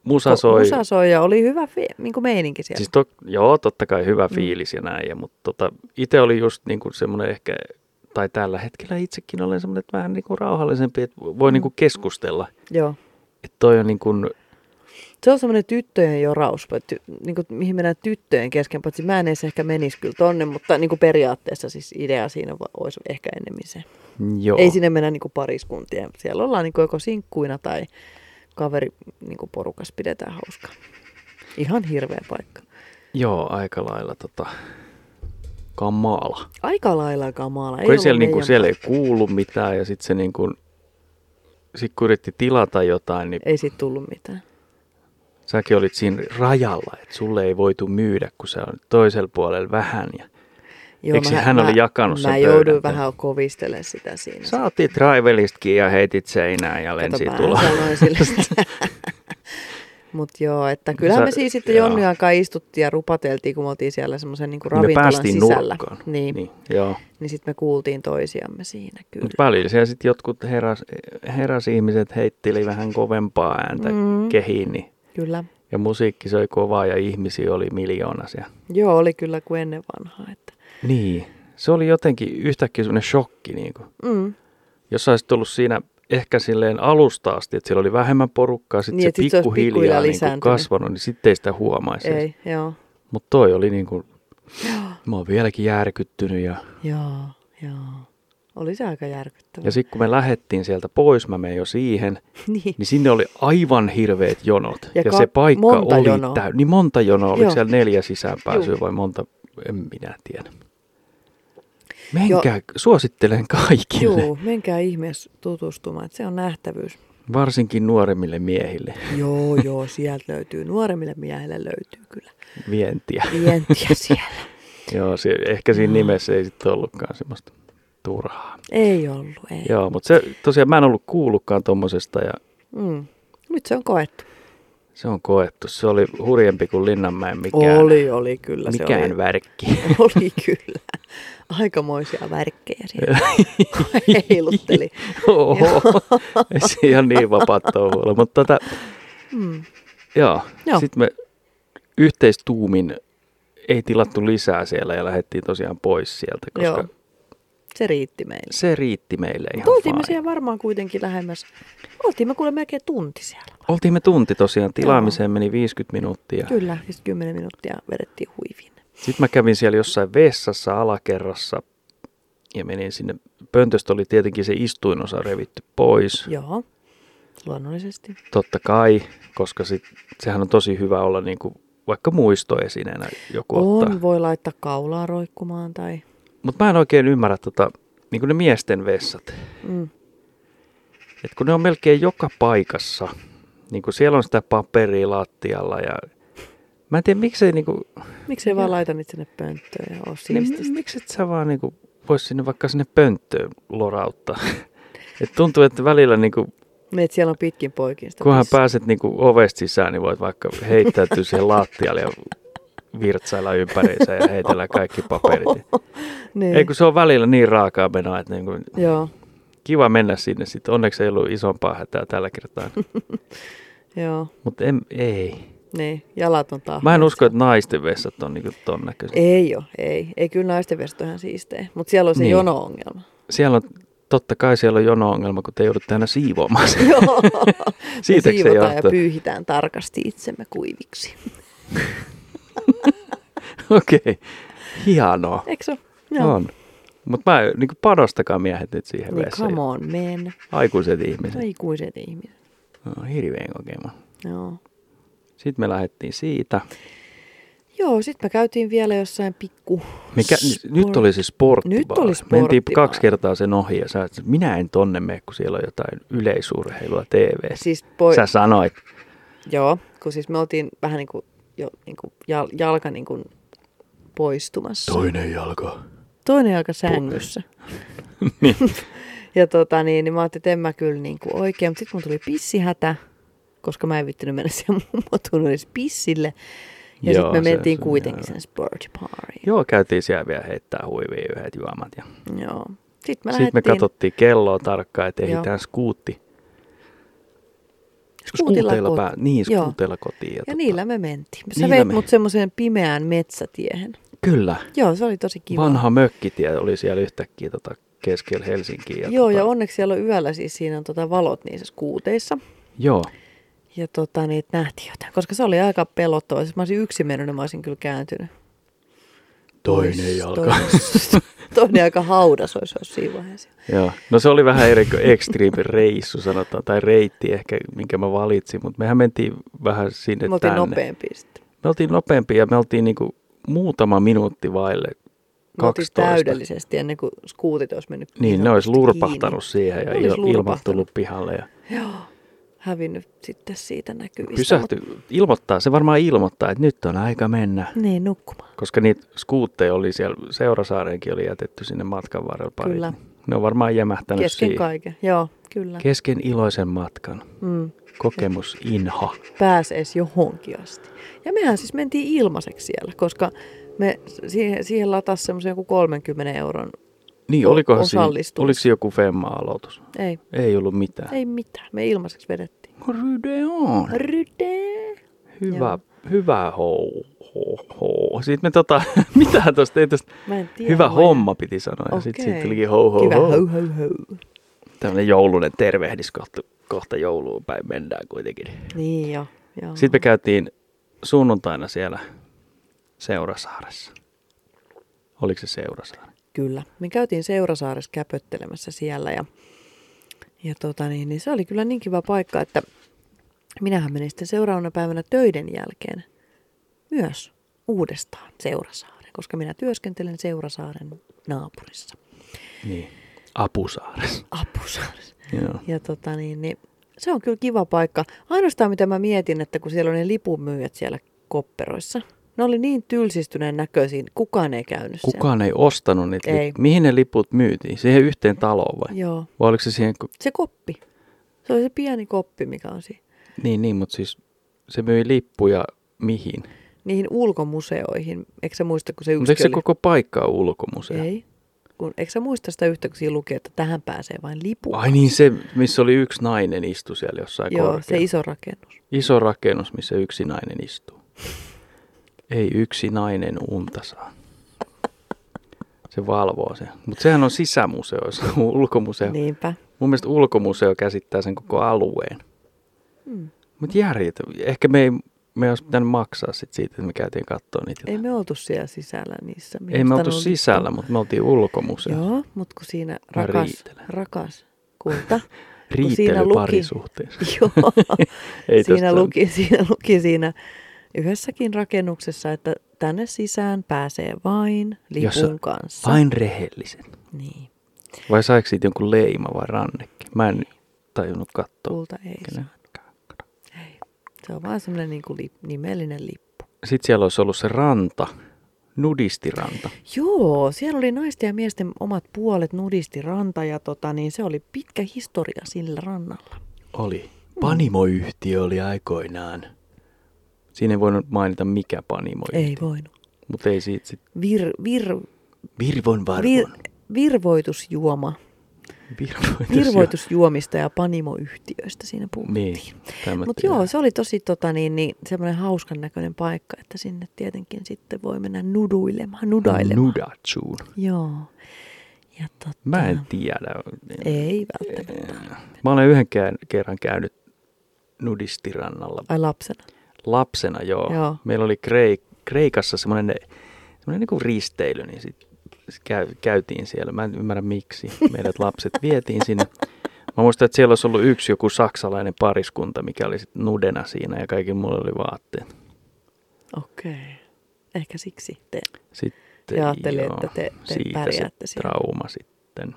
Speaker 1: musa soi.
Speaker 2: Musa soi ja oli hyvä fi- niin kuin meininki siellä.
Speaker 1: Siis to, joo, totta kai hyvä
Speaker 2: Mm.
Speaker 1: fiilis ja näin, ja, mutta tota, itse oli just niin kuin semmoinen ehkä, tai tällä hetkellä itsekin olen semmoinen että vähän niin kuin rauhallisempi, että
Speaker 2: Mm.
Speaker 1: voi niin kuin keskustella.
Speaker 2: Joo.
Speaker 1: Että toi on niin kuin,
Speaker 2: Se on semmoinen tyttöjen joraus, vai ty, niin kuin, mihin mennään tyttöjen kesken, paitsi mä en edes ehkä menisi kyllä tonne, mutta niin kuin periaatteessa siis idea siinä va- olisi ehkä ennemmin se.
Speaker 1: joo,
Speaker 2: Ei sinne mennä niin kuin pariskuntien. Siellä ollaan niin kuin joko sinkkuina tai kaveri niin kuin porukas pidetään hauskaa. Ihan hirveä paikka.
Speaker 1: joo aika lailla tota, kamala.
Speaker 2: Aika lailla kamala.
Speaker 1: Ei kun ei
Speaker 2: ollut
Speaker 1: siellä, niin kuin,
Speaker 2: meidän
Speaker 1: siellä ei kuulu mitään, ja sitten se niin kuin, sit kun yritti tilata jotain, niin
Speaker 2: pa- Ei siitä tullut mitään.
Speaker 1: säkin olit siinä rajalla, että sulle ei voitu myydä, kun sä on toisella puolella vähän. Ja Eikö se- hän oli jakanut sen
Speaker 2: Mä
Speaker 1: pöydän
Speaker 2: jouduin
Speaker 1: tänne?
Speaker 2: vähän kovistelemaan sitä siinä.
Speaker 1: sä otit raivelistkin ja heitit seinään ja lensi
Speaker 2: Katsotaan,
Speaker 1: tuloa.
Speaker 2: sanoin sille. Mutta joo, että kyllähän
Speaker 1: Sä-
Speaker 2: me siis sitten
Speaker 1: joo.
Speaker 2: Jonnyaan kanssa istuttiin ja rupateltiin, kun me oltiin siellä semmoisen niinku
Speaker 1: Niin me
Speaker 2: ravintolan
Speaker 1: päästiin
Speaker 2: sisällä.
Speaker 1: nurkkaan.
Speaker 2: Niin, niin.
Speaker 1: niin joo.
Speaker 2: niin sitten me kuultiin toisiamme siinä kyllä.
Speaker 1: Mutta välillä siellä sitten jotkut heräs, heräs ihmiset heitteli vähän kovempaa ääntä
Speaker 2: Mm.
Speaker 1: mm. kehiin. Niin,
Speaker 2: Kyllä.
Speaker 1: ja musiikki soi kovaa ja ihmisiä oli miljoonas. Ja...
Speaker 2: Joo, oli kyllä kuin ennen vanhaa. Että
Speaker 1: Niin. Se oli jotenkin yhtäkkiä semmoinen shokki. Niin kuin.
Speaker 2: Mm.
Speaker 1: Jos olisi tullut siinä ehkä silleen alusta asti, että siellä oli vähemmän porukkaa, sitten
Speaker 2: Niin,
Speaker 1: niin, se
Speaker 2: että sit se olisi
Speaker 1: pikkuhiljaa
Speaker 2: pikkuhiljaa
Speaker 1: niin kuin
Speaker 2: lisääntynyt.
Speaker 1: kasvanut, niin sitten ei sitä huomaisi.
Speaker 2: Ei, joo.
Speaker 1: Mutta toi oli niin kuin,
Speaker 2: Joo.
Speaker 1: mä oon vieläkin järkyttynyt ja
Speaker 2: Joo, joo. Oli se aika järkyttävää.
Speaker 1: Ja sitten kun me lähettiin sieltä pois, mä menin jo siihen,
Speaker 2: niin.
Speaker 1: niin sinne oli aivan hirveät jonot. Ja,
Speaker 2: Ja
Speaker 1: ja
Speaker 2: ka-
Speaker 1: se paikka
Speaker 2: monta
Speaker 1: oli
Speaker 2: jonoa.
Speaker 1: täy- Niin monta jonoa, oliko
Speaker 2: Joo.
Speaker 1: siellä neljä sisäänpääsyä
Speaker 2: Juu.
Speaker 1: vai monta, en minä tiedä. Menkää, suosittelen kaikille,
Speaker 2: Joo, menkää ihmeessä tutustumaan, että se on nähtävyys.
Speaker 1: varsinkin nuoremmille miehille
Speaker 2: Joo, joo, sieltä löytyy. Nuoremmille miehille löytyy kyllä.
Speaker 1: vientiä.
Speaker 2: Vientiä siellä.
Speaker 1: Joo, se, ehkä siinä nimessä ei sitten ollutkaan semmoista turhaa.
Speaker 2: Ei ollut, ei.
Speaker 1: Joo, mutta se, tosiaan mä en ollut kuullutkaan tommosesta ja
Speaker 2: Mm. Nyt se on koettu.
Speaker 1: se on koettu. Se oli hurjempi kuin Linnanmäen mikään,
Speaker 2: Oli, oli kyllä. se
Speaker 1: mikään
Speaker 2: oli.
Speaker 1: värkki.
Speaker 2: Oli kyllä. Aikamoisia värkkejä siellä. Heilutteli.
Speaker 1: Oho, ei se ihan niin vapaat touhuilla, mutta tätä,
Speaker 2: Mm.
Speaker 1: joo.
Speaker 2: Joo.
Speaker 1: Sitten me yhteistuumin ei tilattu lisää siellä ja lähdettiin tosiaan pois sieltä, koska
Speaker 2: Joo. Se riitti meille.
Speaker 1: se riitti meille ihan
Speaker 2: Tultiin me
Speaker 1: fine.
Speaker 2: siellä varmaan kuitenkin lähemmäs. Oltiin me kuule melkein tunti siellä.
Speaker 1: Oltiin me tunti tosiaan, tilaamiseen meni 50 minuuttia.
Speaker 2: Kyllä, ja sitten 10 minuuttia vedettiin huivin.
Speaker 1: Sitten mä kävin siellä jossain vessassa alakerrassa ja menin sinne. Pöntöstä oli tietenkin se istuinosa revitty pois,
Speaker 2: Joo, luonnollisesti.
Speaker 1: totta kai, koska sit, sehän on tosi hyvä olla niinku vaikka muistoesineenä joku ottaa.
Speaker 2: On, voi laittaa kaulaa roikkumaan tai...
Speaker 1: Mutta mä en oikein ymmärrä tota, niin kuin ne miesten vessat.
Speaker 2: Mm.
Speaker 1: Et kun ne on melkein joka paikassa, niin kuin siellä on sitä paperia lattialla ja mä en tiedä miksei, niin kuin,
Speaker 2: Miksei vaan laita niitä sinne pönttöön ja ole
Speaker 1: niin,
Speaker 2: siististi.
Speaker 1: mikset sä vaan niin kuin, vois sinne vaikka sinne pönttöön lorauttaa. Et tuntuu, että välillä niin kuin,
Speaker 2: Meet siellä on pitkin poikin sitä
Speaker 1: kunhan
Speaker 2: pissaa.
Speaker 1: pääset niin kuin ovesta sisään, niin voit vaikka heittäytyä siihen lattialle ja virtsailla ympäriinsä ja heitellä kaikki paperit.
Speaker 2: niin.
Speaker 1: Ei kun se on välillä niin raakaa menoa, että niin kuin,
Speaker 2: Joo,
Speaker 1: kiva mennä sinne sitten. Onneksi ei ollut isompaa hätää tällä kertaa.
Speaker 2: joo.
Speaker 1: Mutta ei.
Speaker 2: Niin, jalat on tahmeet.
Speaker 1: Mä en usko, että naisten vessat on niinku ton näköisiä.
Speaker 2: Ei ole, ei. Ei kyllä naisten vestohan siistee, mutta siellä on se
Speaker 1: Niin.
Speaker 2: niin. jono-ongelma.
Speaker 1: Siellä on, totta kai siellä on jono-ongelma, kun te joudutte aina siivoamaan sen.
Speaker 2: Joo.
Speaker 1: Siitä
Speaker 2: Me
Speaker 1: se
Speaker 2: siivotaan ja
Speaker 1: johtuu.
Speaker 2: pyyhitään tarkasti itsemme kuiviksi.
Speaker 1: Okei, okay. hienoa.
Speaker 2: Eikö se
Speaker 1: No. On. Mutta mä niinku panostakaa miehet nyt siihen
Speaker 2: Niin,
Speaker 1: vessaan.
Speaker 2: come on, men.
Speaker 1: Aikuiset ihmiset.
Speaker 2: Aikuiset ihmiset.
Speaker 1: No, hirveän kokema.
Speaker 2: Joo.
Speaker 1: Sitten me lähdettiin siitä.
Speaker 2: Joo, sit me käytiin vielä jossain pikku...
Speaker 1: Mikä,
Speaker 2: Sport-
Speaker 1: n- nyt oli se sporttibaari.
Speaker 2: Nyt oli
Speaker 1: Mentiin
Speaker 2: sporttibaari.
Speaker 1: kaksi kertaa sen ohi ja sä, et- minä en tonne mene, kun siellä on jotain yleisurheilua TV.
Speaker 2: Siis poi...
Speaker 1: Sä sanoit.
Speaker 2: Joo, kun siis me oltiin vähän niin kuin, jo, niin kuin jal, jalka niin kuin poistumassa.
Speaker 1: Toinen jalka.
Speaker 2: Toinen jalka sängyssä.
Speaker 1: Niin.
Speaker 2: ja tota niin, niin mä ajattelin, että en mä kyllä niin kuin oikein, mutta sitten mun tuli pissihätä, koska mä en vittynyt mennä siihen mummotuun edes pissille. Ja
Speaker 1: Joo,
Speaker 2: sitten me
Speaker 1: se-
Speaker 2: mentiin
Speaker 1: se-
Speaker 2: kuitenkin
Speaker 1: joo.
Speaker 2: sen sporty party.
Speaker 1: Joo, käytiin siellä vielä heittää huivia yhdet juomat. Ja...
Speaker 2: Joo. Sitten me
Speaker 1: Sitten me
Speaker 2: lähdettiin
Speaker 1: katsottiin kelloa tarkkaan, että
Speaker 2: Joo.
Speaker 1: ehditään skuutti.
Speaker 2: skuutilla
Speaker 1: skuuteilla
Speaker 2: kotiin.
Speaker 1: pää, niin,
Speaker 2: Joo.
Speaker 1: skuuteilla kotiin. tota-
Speaker 2: Ja niillä me mentiin. Sä
Speaker 1: Niillä
Speaker 2: veit
Speaker 1: me-
Speaker 2: mut semmoiseen pimeään metsätiehen.
Speaker 1: Kyllä.
Speaker 2: Joo, se oli tosi kiva.
Speaker 1: Vanha mökkitie oli siellä yhtäkkiä tota, keskellä Helsinkiä. Ja
Speaker 2: Joo,
Speaker 1: tota,
Speaker 2: ja onneksi siellä on yöllä siis siinä on tota valot niissä skuuteissa.
Speaker 1: Joo,
Speaker 2: Ja tota, niitä nähtiin jotain, koska se oli aika pelottava. Jos mä olisin yksin mennyt, niin mä olisin kyllä kääntynyt.
Speaker 1: toinen
Speaker 2: Olisi
Speaker 1: jalka.
Speaker 2: Toinen, toinen aika haudas olisi ollut siinä vaiheessa.
Speaker 1: Joo. No se oli vähän eri kuin extreme reissu sanotaan, tai reitti ehkä, minkä mä valitsin, mutta mehän mentiin vähän sinne
Speaker 2: Me oltiin
Speaker 1: tänne.
Speaker 2: nopeampi sitten.
Speaker 1: Me oltiin nopeampi ja me oltiin niinku muutama minuutti vaille
Speaker 2: Me oltiin
Speaker 1: 12.
Speaker 2: täydellisesti ennen kuin skuutit olisi mennyt
Speaker 1: Niin, ne olisi
Speaker 2: kiinni.
Speaker 1: lurpahtanut siihen ja
Speaker 2: Ne olisi
Speaker 1: il- ilmat
Speaker 2: lurpahtanut.
Speaker 1: tullut pihalle. Ja
Speaker 2: Joo, hävinnyt sitten siitä näkyvistä.
Speaker 1: pysähty, ilmoittaa, se varmaan ilmoittaa, että nyt on aika mennä.
Speaker 2: Mutta, niin, nukkumaan.
Speaker 1: Koska niitä skuutteja oli siellä, Seurasaarenkin oli jätetty sinne matkan varrella pari.
Speaker 2: Kyllä.
Speaker 1: Ne on varmaan jämähtänyt
Speaker 2: Kesken
Speaker 1: siihen.
Speaker 2: kaiken. Joo, kyllä.
Speaker 1: Kesken iloisen matkan.
Speaker 2: mm.
Speaker 1: Kokemus inha.
Speaker 2: pääsi edes johonkin asti. Ja mehän siis mentiin ilmaiseksi siellä, koska me siihen, siihen latasi semmoisen joku 30 euron.
Speaker 1: Niin,
Speaker 2: O-
Speaker 1: olikohan siinä,
Speaker 2: osallistumista.
Speaker 1: oliko siinä joku femma-aloitus?
Speaker 2: Ei,
Speaker 1: Ei ollut mitään.
Speaker 2: ei mitään. Me ilmaiseksi vedettiin.
Speaker 1: Ryde on.
Speaker 2: Ryde!
Speaker 1: Hyvä,
Speaker 2: Joo.
Speaker 1: hyvä hou. ho. Sitten me tota, mitä tuosta, ei tosta,
Speaker 2: Mä en tiedä.
Speaker 1: hyvä
Speaker 2: mä-
Speaker 1: homma piti sanoa. Ja sitten siitä
Speaker 2: Okei.
Speaker 1: tulikin ho ho
Speaker 2: Kivä
Speaker 1: ho.
Speaker 2: hou hou hou.
Speaker 1: Tämmöinen joulunen tervehdis kohta, kohta jouluun päin mennään kuitenkin.
Speaker 2: Niin jo. Joo.
Speaker 1: Sitten me käytiin sunnuntaina siellä Seurasaaressa. Oliko se Seurasaari?
Speaker 2: Kyllä. Me käytiin Seurasaaressa käpöttelemässä siellä ja, ja tota niin, niin se oli kyllä niin kiva paikka, että minähän menin sitten seuraavana päivänä töiden jälkeen myös uudestaan Seurasaareen, koska minä työskentelen Seurasaaren naapurissa,
Speaker 1: Niin. Apusaaressa.
Speaker 2: Apusaaressa.
Speaker 1: Joo.
Speaker 2: Ja tota niin, niin se on kyllä kiva paikka. Ainoastaan mitä mä mietin, että kun siellä on ne lipunmyyjät siellä kopperoissa, ne oli niin tylsistyneen näköisiin, kukaan ei käynyt siellä.
Speaker 1: Kukaan ei ostanut niitä.
Speaker 2: Ei.
Speaker 1: Ei. Mihin ne liput myytiin? Siihen yhteen taloon vai?
Speaker 2: Joo.
Speaker 1: Vai oliko se siihen, ku-
Speaker 2: Se koppi. Se oli se pieni koppi, mikä on siinä.
Speaker 1: niin, niin, mutta siis se myi lippuja mihin?
Speaker 2: Niihin ulkomuseoihin. Eikö sä muista, kun se
Speaker 1: Mutta eikö
Speaker 2: yksi
Speaker 1: se koko paikka ole ulkomuseo?
Speaker 2: Ei. Kun, eikö sä muista sitä yhtä, kun siinä luki, että tähän pääsee vain lipu?
Speaker 1: Ai niin, se, missä oli yksi nainen istu siellä jossain
Speaker 2: Joo,
Speaker 1: korkealla.
Speaker 2: se iso rakennus.
Speaker 1: iso rakennus, missä yksi nainen istuu. Ei yksi nainen unta saa. Se valvoo se. Mutta sehän on sisämuseo, jos on ulkomuseo. Niin.
Speaker 2: Niinpä.
Speaker 1: Mun mielestä ulkomuseo käsittää sen koko alueen.
Speaker 2: Mm.
Speaker 1: Mutta järjet, ehkä me ei, me ei olisi pitänyt maksaa sit siitä, että me käytiin katsoa niitä.
Speaker 2: Ei me oltu siellä sisällä niissä.
Speaker 1: ei me
Speaker 2: Minusta
Speaker 1: oltu
Speaker 2: ne oli-
Speaker 1: sisällä, mutta me oltiin ulkomuseo.
Speaker 2: Joo, mutta kun siinä rakas,
Speaker 1: riitelen.
Speaker 2: rakas kulta. kun siinä
Speaker 1: Riitely
Speaker 2: luki-
Speaker 1: parisuhteessa.
Speaker 2: Joo,
Speaker 1: Ei
Speaker 2: siinä,
Speaker 1: tosta-
Speaker 2: luki, siinä luki siinä yhdessäkin rakennuksessa, että tänne sisään pääsee vain
Speaker 1: Jos-
Speaker 2: lipun kanssa.
Speaker 1: Vain rehellisen.
Speaker 2: Niin,
Speaker 1: Vai saiko siitä jonkun leima vai rannekin? Mä en tajunnut katsoa.
Speaker 2: kulta ei saa.
Speaker 1: kenenkään.
Speaker 2: Ei. Se on vaan semmoinen niin kuin lip, nimellinen lippu.
Speaker 1: Sitten siellä olisi ollut se ranta, nudistiranta.
Speaker 2: Joo, siellä oli naisten ja miesten omat puolet, nudistiranta ja tota, niin se oli pitkä historia sillä rannalla.
Speaker 1: Oli. Panimoyhtiö oli aikoinaan. Siinä ei voinut mainita mikä panimoyhtiö,
Speaker 2: Ei voinut.
Speaker 1: mutta ei siitä sit
Speaker 2: Vir, vir,
Speaker 1: Virvon varvon.
Speaker 2: vir,
Speaker 1: Vir...
Speaker 2: virvoitusjuoma.
Speaker 1: Virvoitus.
Speaker 2: Virvoitusjuomista ja panimoyhtiöistä siinä puhuttiin.
Speaker 1: Niin, tämmöttä
Speaker 2: Mutta joo, se oli tosi tota, niin, niin, semmoinen hauskan näköinen paikka, että sinne tietenkin sitten voi mennä nuduilemaan, nudailemaan.
Speaker 1: Nudatsuun.
Speaker 2: Joo. Ja totta,
Speaker 1: Mä en tiedä.
Speaker 2: Ei välttämättä.
Speaker 1: Mä olen yhden kä- kerran käynyt nudistirannalla
Speaker 2: Ai lapsena.
Speaker 1: lapsena, joo.
Speaker 2: Joo.
Speaker 1: joo. Meillä oli Kreik- Kreikassa semmoinen semmoinen niin kuin risteily, niin sit, sit käy, käytiin siellä. Mä en ymmärrä miksi meidät lapset vietiin sinne. Mä muistan, että siellä olisi ollut yksi joku saksalainen pariskunta, mikä oli sit nudena siinä ja kaikki mulla oli vaatteet.
Speaker 2: Okei. Okay. Ehkä siksi te,
Speaker 1: Sitten,
Speaker 2: te ajattelin, että te, te
Speaker 1: siitä
Speaker 2: pärjäätte
Speaker 1: se
Speaker 2: siellä.
Speaker 1: trauma sitten.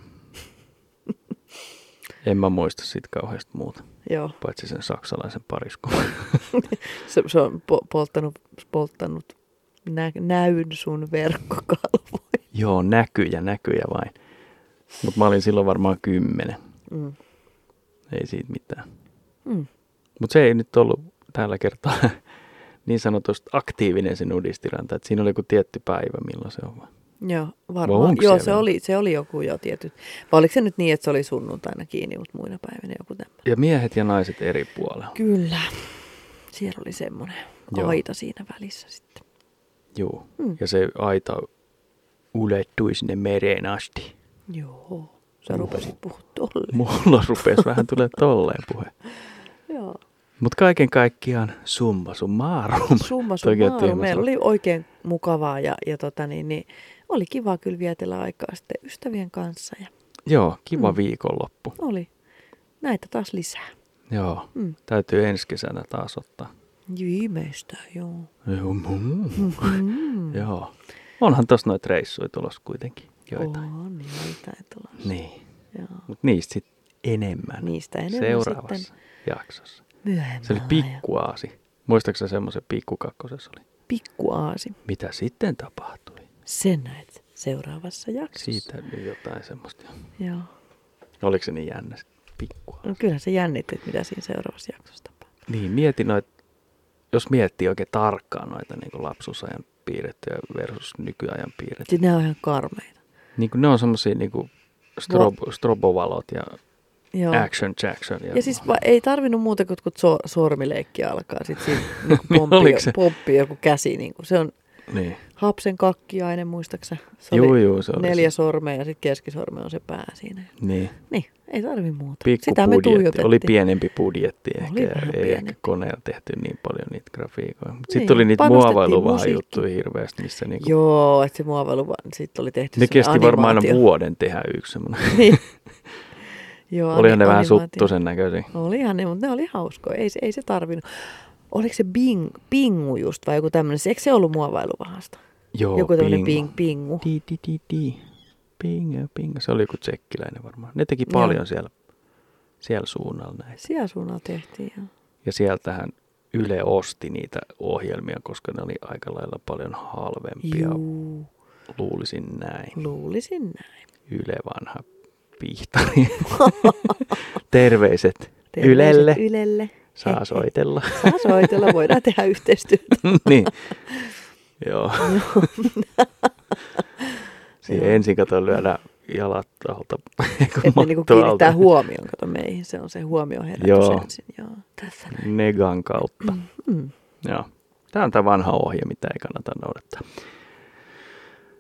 Speaker 1: en mä muista siitä kauheasti muuta,
Speaker 2: Joo,
Speaker 1: paitsi sen saksalaisen pariskunnan.
Speaker 2: se, se on po- polttanut, polttanut nä- näyn sun verkkokalvoja.
Speaker 1: Joo, näkyjä, näkyjä vain. Mutta mä olin silloin varmaan kymmenen.
Speaker 2: Mm.
Speaker 1: Ei siitä mitään.
Speaker 2: Mm.
Speaker 1: Mutta se ei nyt ollut tällä kertaa niin sanotusti aktiivinen se nudistiranta. Et siinä oli joku tietty päivä, milloin se on. vaan.
Speaker 2: Joo,
Speaker 1: Vai
Speaker 2: varmaan.
Speaker 1: onko
Speaker 2: Joo,
Speaker 1: siellä
Speaker 2: se
Speaker 1: vielä?
Speaker 2: oli, se oli joku jo tietyt. Vai oliko se nyt niin, että se oli sunnuntaina kiinni, mutta muina päivinä joku tämmöinen?
Speaker 1: Ja miehet ja naiset eri puolella.
Speaker 2: Kyllä. Siellä oli semmoinen
Speaker 1: Joo.
Speaker 2: aita siinä välissä sitten.
Speaker 1: Joo.
Speaker 2: Mm.
Speaker 1: Mm. Ja se aita ulettui sinne mereen asti.
Speaker 2: Joo, sä rupesit puhua tolleen.
Speaker 1: Mulla rupesi vähän tulee tolleen puhe.
Speaker 2: Joo.
Speaker 1: Mutta kaiken kaikkiaan summa summarum.
Speaker 2: Summa
Speaker 1: Toikin on
Speaker 2: summarum.
Speaker 1: tyhmä sana.
Speaker 2: Meillä oli oikein mukavaa ja, ja tota niin, niin, oli kiva kyllä vietellä aikaa sitten ystävien kanssa ja
Speaker 1: Joo, kiva
Speaker 2: Mm.
Speaker 1: mm. viikonloppu.
Speaker 2: oli näitä taas lisää.
Speaker 1: Joo,
Speaker 2: Mm.
Speaker 1: täytyy ensi kesänä taas ottaa.
Speaker 2: Viimeistä, joo.
Speaker 1: Joo, mm.
Speaker 2: Mm.
Speaker 1: Joo. Onhan tossa noita reissuja tulossa kuitenkin joitain.
Speaker 2: On, joitain tulossa.
Speaker 1: Niin.
Speaker 2: Joo.
Speaker 1: Mutta niistä sit enemmän,
Speaker 2: Niistä enemmän
Speaker 1: seuraavassa
Speaker 2: sitten
Speaker 1: jaksossa.
Speaker 2: myöhemmin.
Speaker 1: Se oli pikkuaasi. Muistaaksä sä semmoisen pikkukakkosessa oli?
Speaker 2: Pikkuaasi.
Speaker 1: Mitä sitten tapahtui?
Speaker 2: Sen näet seuraavassa jaksossa.
Speaker 1: Siitä nyt jotain semmoista.
Speaker 2: Joo.
Speaker 1: No, oliko se niin jännä sit? pikkua?
Speaker 2: No kyllä se jännitti, että mitä siinä seuraavassa jaksossa tapahtuu.
Speaker 1: Niin, mieti noit, jos miettii oikein tarkkaan noita niin lapsuusajan piirrettyjä versus nykyajan piirrettyjä. Niinku
Speaker 2: Sitten nämä on ihan karmeita.
Speaker 1: Niin kuin ne on semmoisia niin strobo, strobovalot ja
Speaker 2: Joo.
Speaker 1: Action Jackson.
Speaker 2: Ja siis va- ei tarvinnut muuta kuin kun so- sormileikki alkaa. Sitten siinä niin
Speaker 1: Niin,
Speaker 2: pomppii,
Speaker 1: oliko se?
Speaker 2: pomppii joku käsi. Niin kuin. Se on
Speaker 1: Niin.
Speaker 2: hapsen kakkiainen, muistaaksä? Se
Speaker 1: Juu,
Speaker 2: oli
Speaker 1: juu, se oli
Speaker 2: neljä sormea ja sitten keskisorme on se pää siinä.
Speaker 1: se. Niin.
Speaker 2: Niin, ei tarvi muuta.
Speaker 1: Pikku
Speaker 2: Sitä me
Speaker 1: budjetti.
Speaker 2: tuijotettiin.
Speaker 1: Oli pienempi budjetti
Speaker 2: Oli
Speaker 1: ehkä.
Speaker 2: vähän
Speaker 1: ei
Speaker 2: pienempi.
Speaker 1: ehkä koneella tehty niin paljon niitä grafiikoja. Mutta
Speaker 2: Niin,
Speaker 1: sitten oli niitä
Speaker 2: panostettiin
Speaker 1: muovailuvahan
Speaker 2: musiikkiin.
Speaker 1: juttuja hirveästi, missä niinku,
Speaker 2: Joo, että se muovailu vaan sitten oli tehty
Speaker 1: ne
Speaker 2: semmoinen
Speaker 1: kesti varmaan aina
Speaker 2: animaatio.
Speaker 1: vuoden tehdä yksi semmoinen.
Speaker 2: Niin. Joo,
Speaker 1: Olihan ne
Speaker 2: ani-
Speaker 1: vähän
Speaker 2: animaatio.
Speaker 1: suttusen näköisiä.
Speaker 2: Olihan ne, mutta ne oli hauskoja. Ei, se- ei se tarvinnut. Oliko se bing, pingu just vai joku tämmöinen? Eikö se ollut muovailuvahasta?
Speaker 1: Joo,
Speaker 2: joku tämmöinen
Speaker 1: pingo.
Speaker 2: ping, pingu.
Speaker 1: Di, di, di, di. Pinga, pinga. Se oli joku tsekkiläinen varmaan. Ne teki
Speaker 2: Joo.
Speaker 1: paljon siellä, siellä suunnalla näitä.
Speaker 2: Siellä suunnalla tehtiin. Joo.
Speaker 1: Ja sieltähän Yle osti niitä ohjelmia, koska ne oli aika lailla paljon halvempia.
Speaker 2: Juu, Mm.
Speaker 1: Luulisin näin.
Speaker 2: luulisin näin.
Speaker 1: Yle vanha pihtari. Terveiset, Terveiset
Speaker 2: Terveiset
Speaker 1: Ylelle.
Speaker 2: Ylelle.
Speaker 1: Saa soitella.
Speaker 2: Saa soitella, voidaan tehdä yhteistyötä.
Speaker 1: niin. Joo. Siihen
Speaker 2: Joo.
Speaker 1: ensin kato lyödä jalat alta.
Speaker 2: Että niinku kiinnittää huomioon, kato meihin, se on se huomio herätys
Speaker 1: Joo.
Speaker 2: ensin. Joo, tässä näin.
Speaker 1: Negan kautta.
Speaker 2: Mm.
Speaker 1: Joo. Tämä on tämä vanha ohje, mitä ei kannata noudattaa.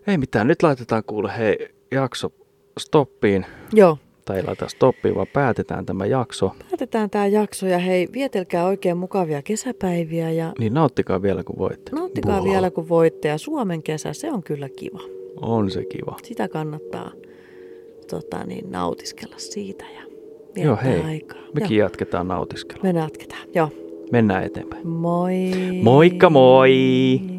Speaker 1: Ei mitään, nyt laitetaan kuule hei jakso stoppiin.
Speaker 2: Joo,
Speaker 1: Tai ei laita stoppiin, vaan päätetään tämä jakso.
Speaker 2: päätetään tämä jakso ja hei, vietelkää oikein mukavia kesäpäiviä ja
Speaker 1: Niin nauttikaa vielä kun voitte.
Speaker 2: nauttikaa
Speaker 1: Wow.
Speaker 2: vielä kun voitte. Ja Suomen kesä, se on kyllä kiva.
Speaker 1: On se kiva.
Speaker 2: Sitä kannattaa tota, niin, nautiskella siitä ja viettää
Speaker 1: Joo, hei.
Speaker 2: aikaa.
Speaker 1: Mekin
Speaker 2: Joo,
Speaker 1: jatketaan nautiskelua.
Speaker 2: me jatketaan. Joo,
Speaker 1: Mennään eteenpäin.
Speaker 2: moi!
Speaker 1: Moikka moi!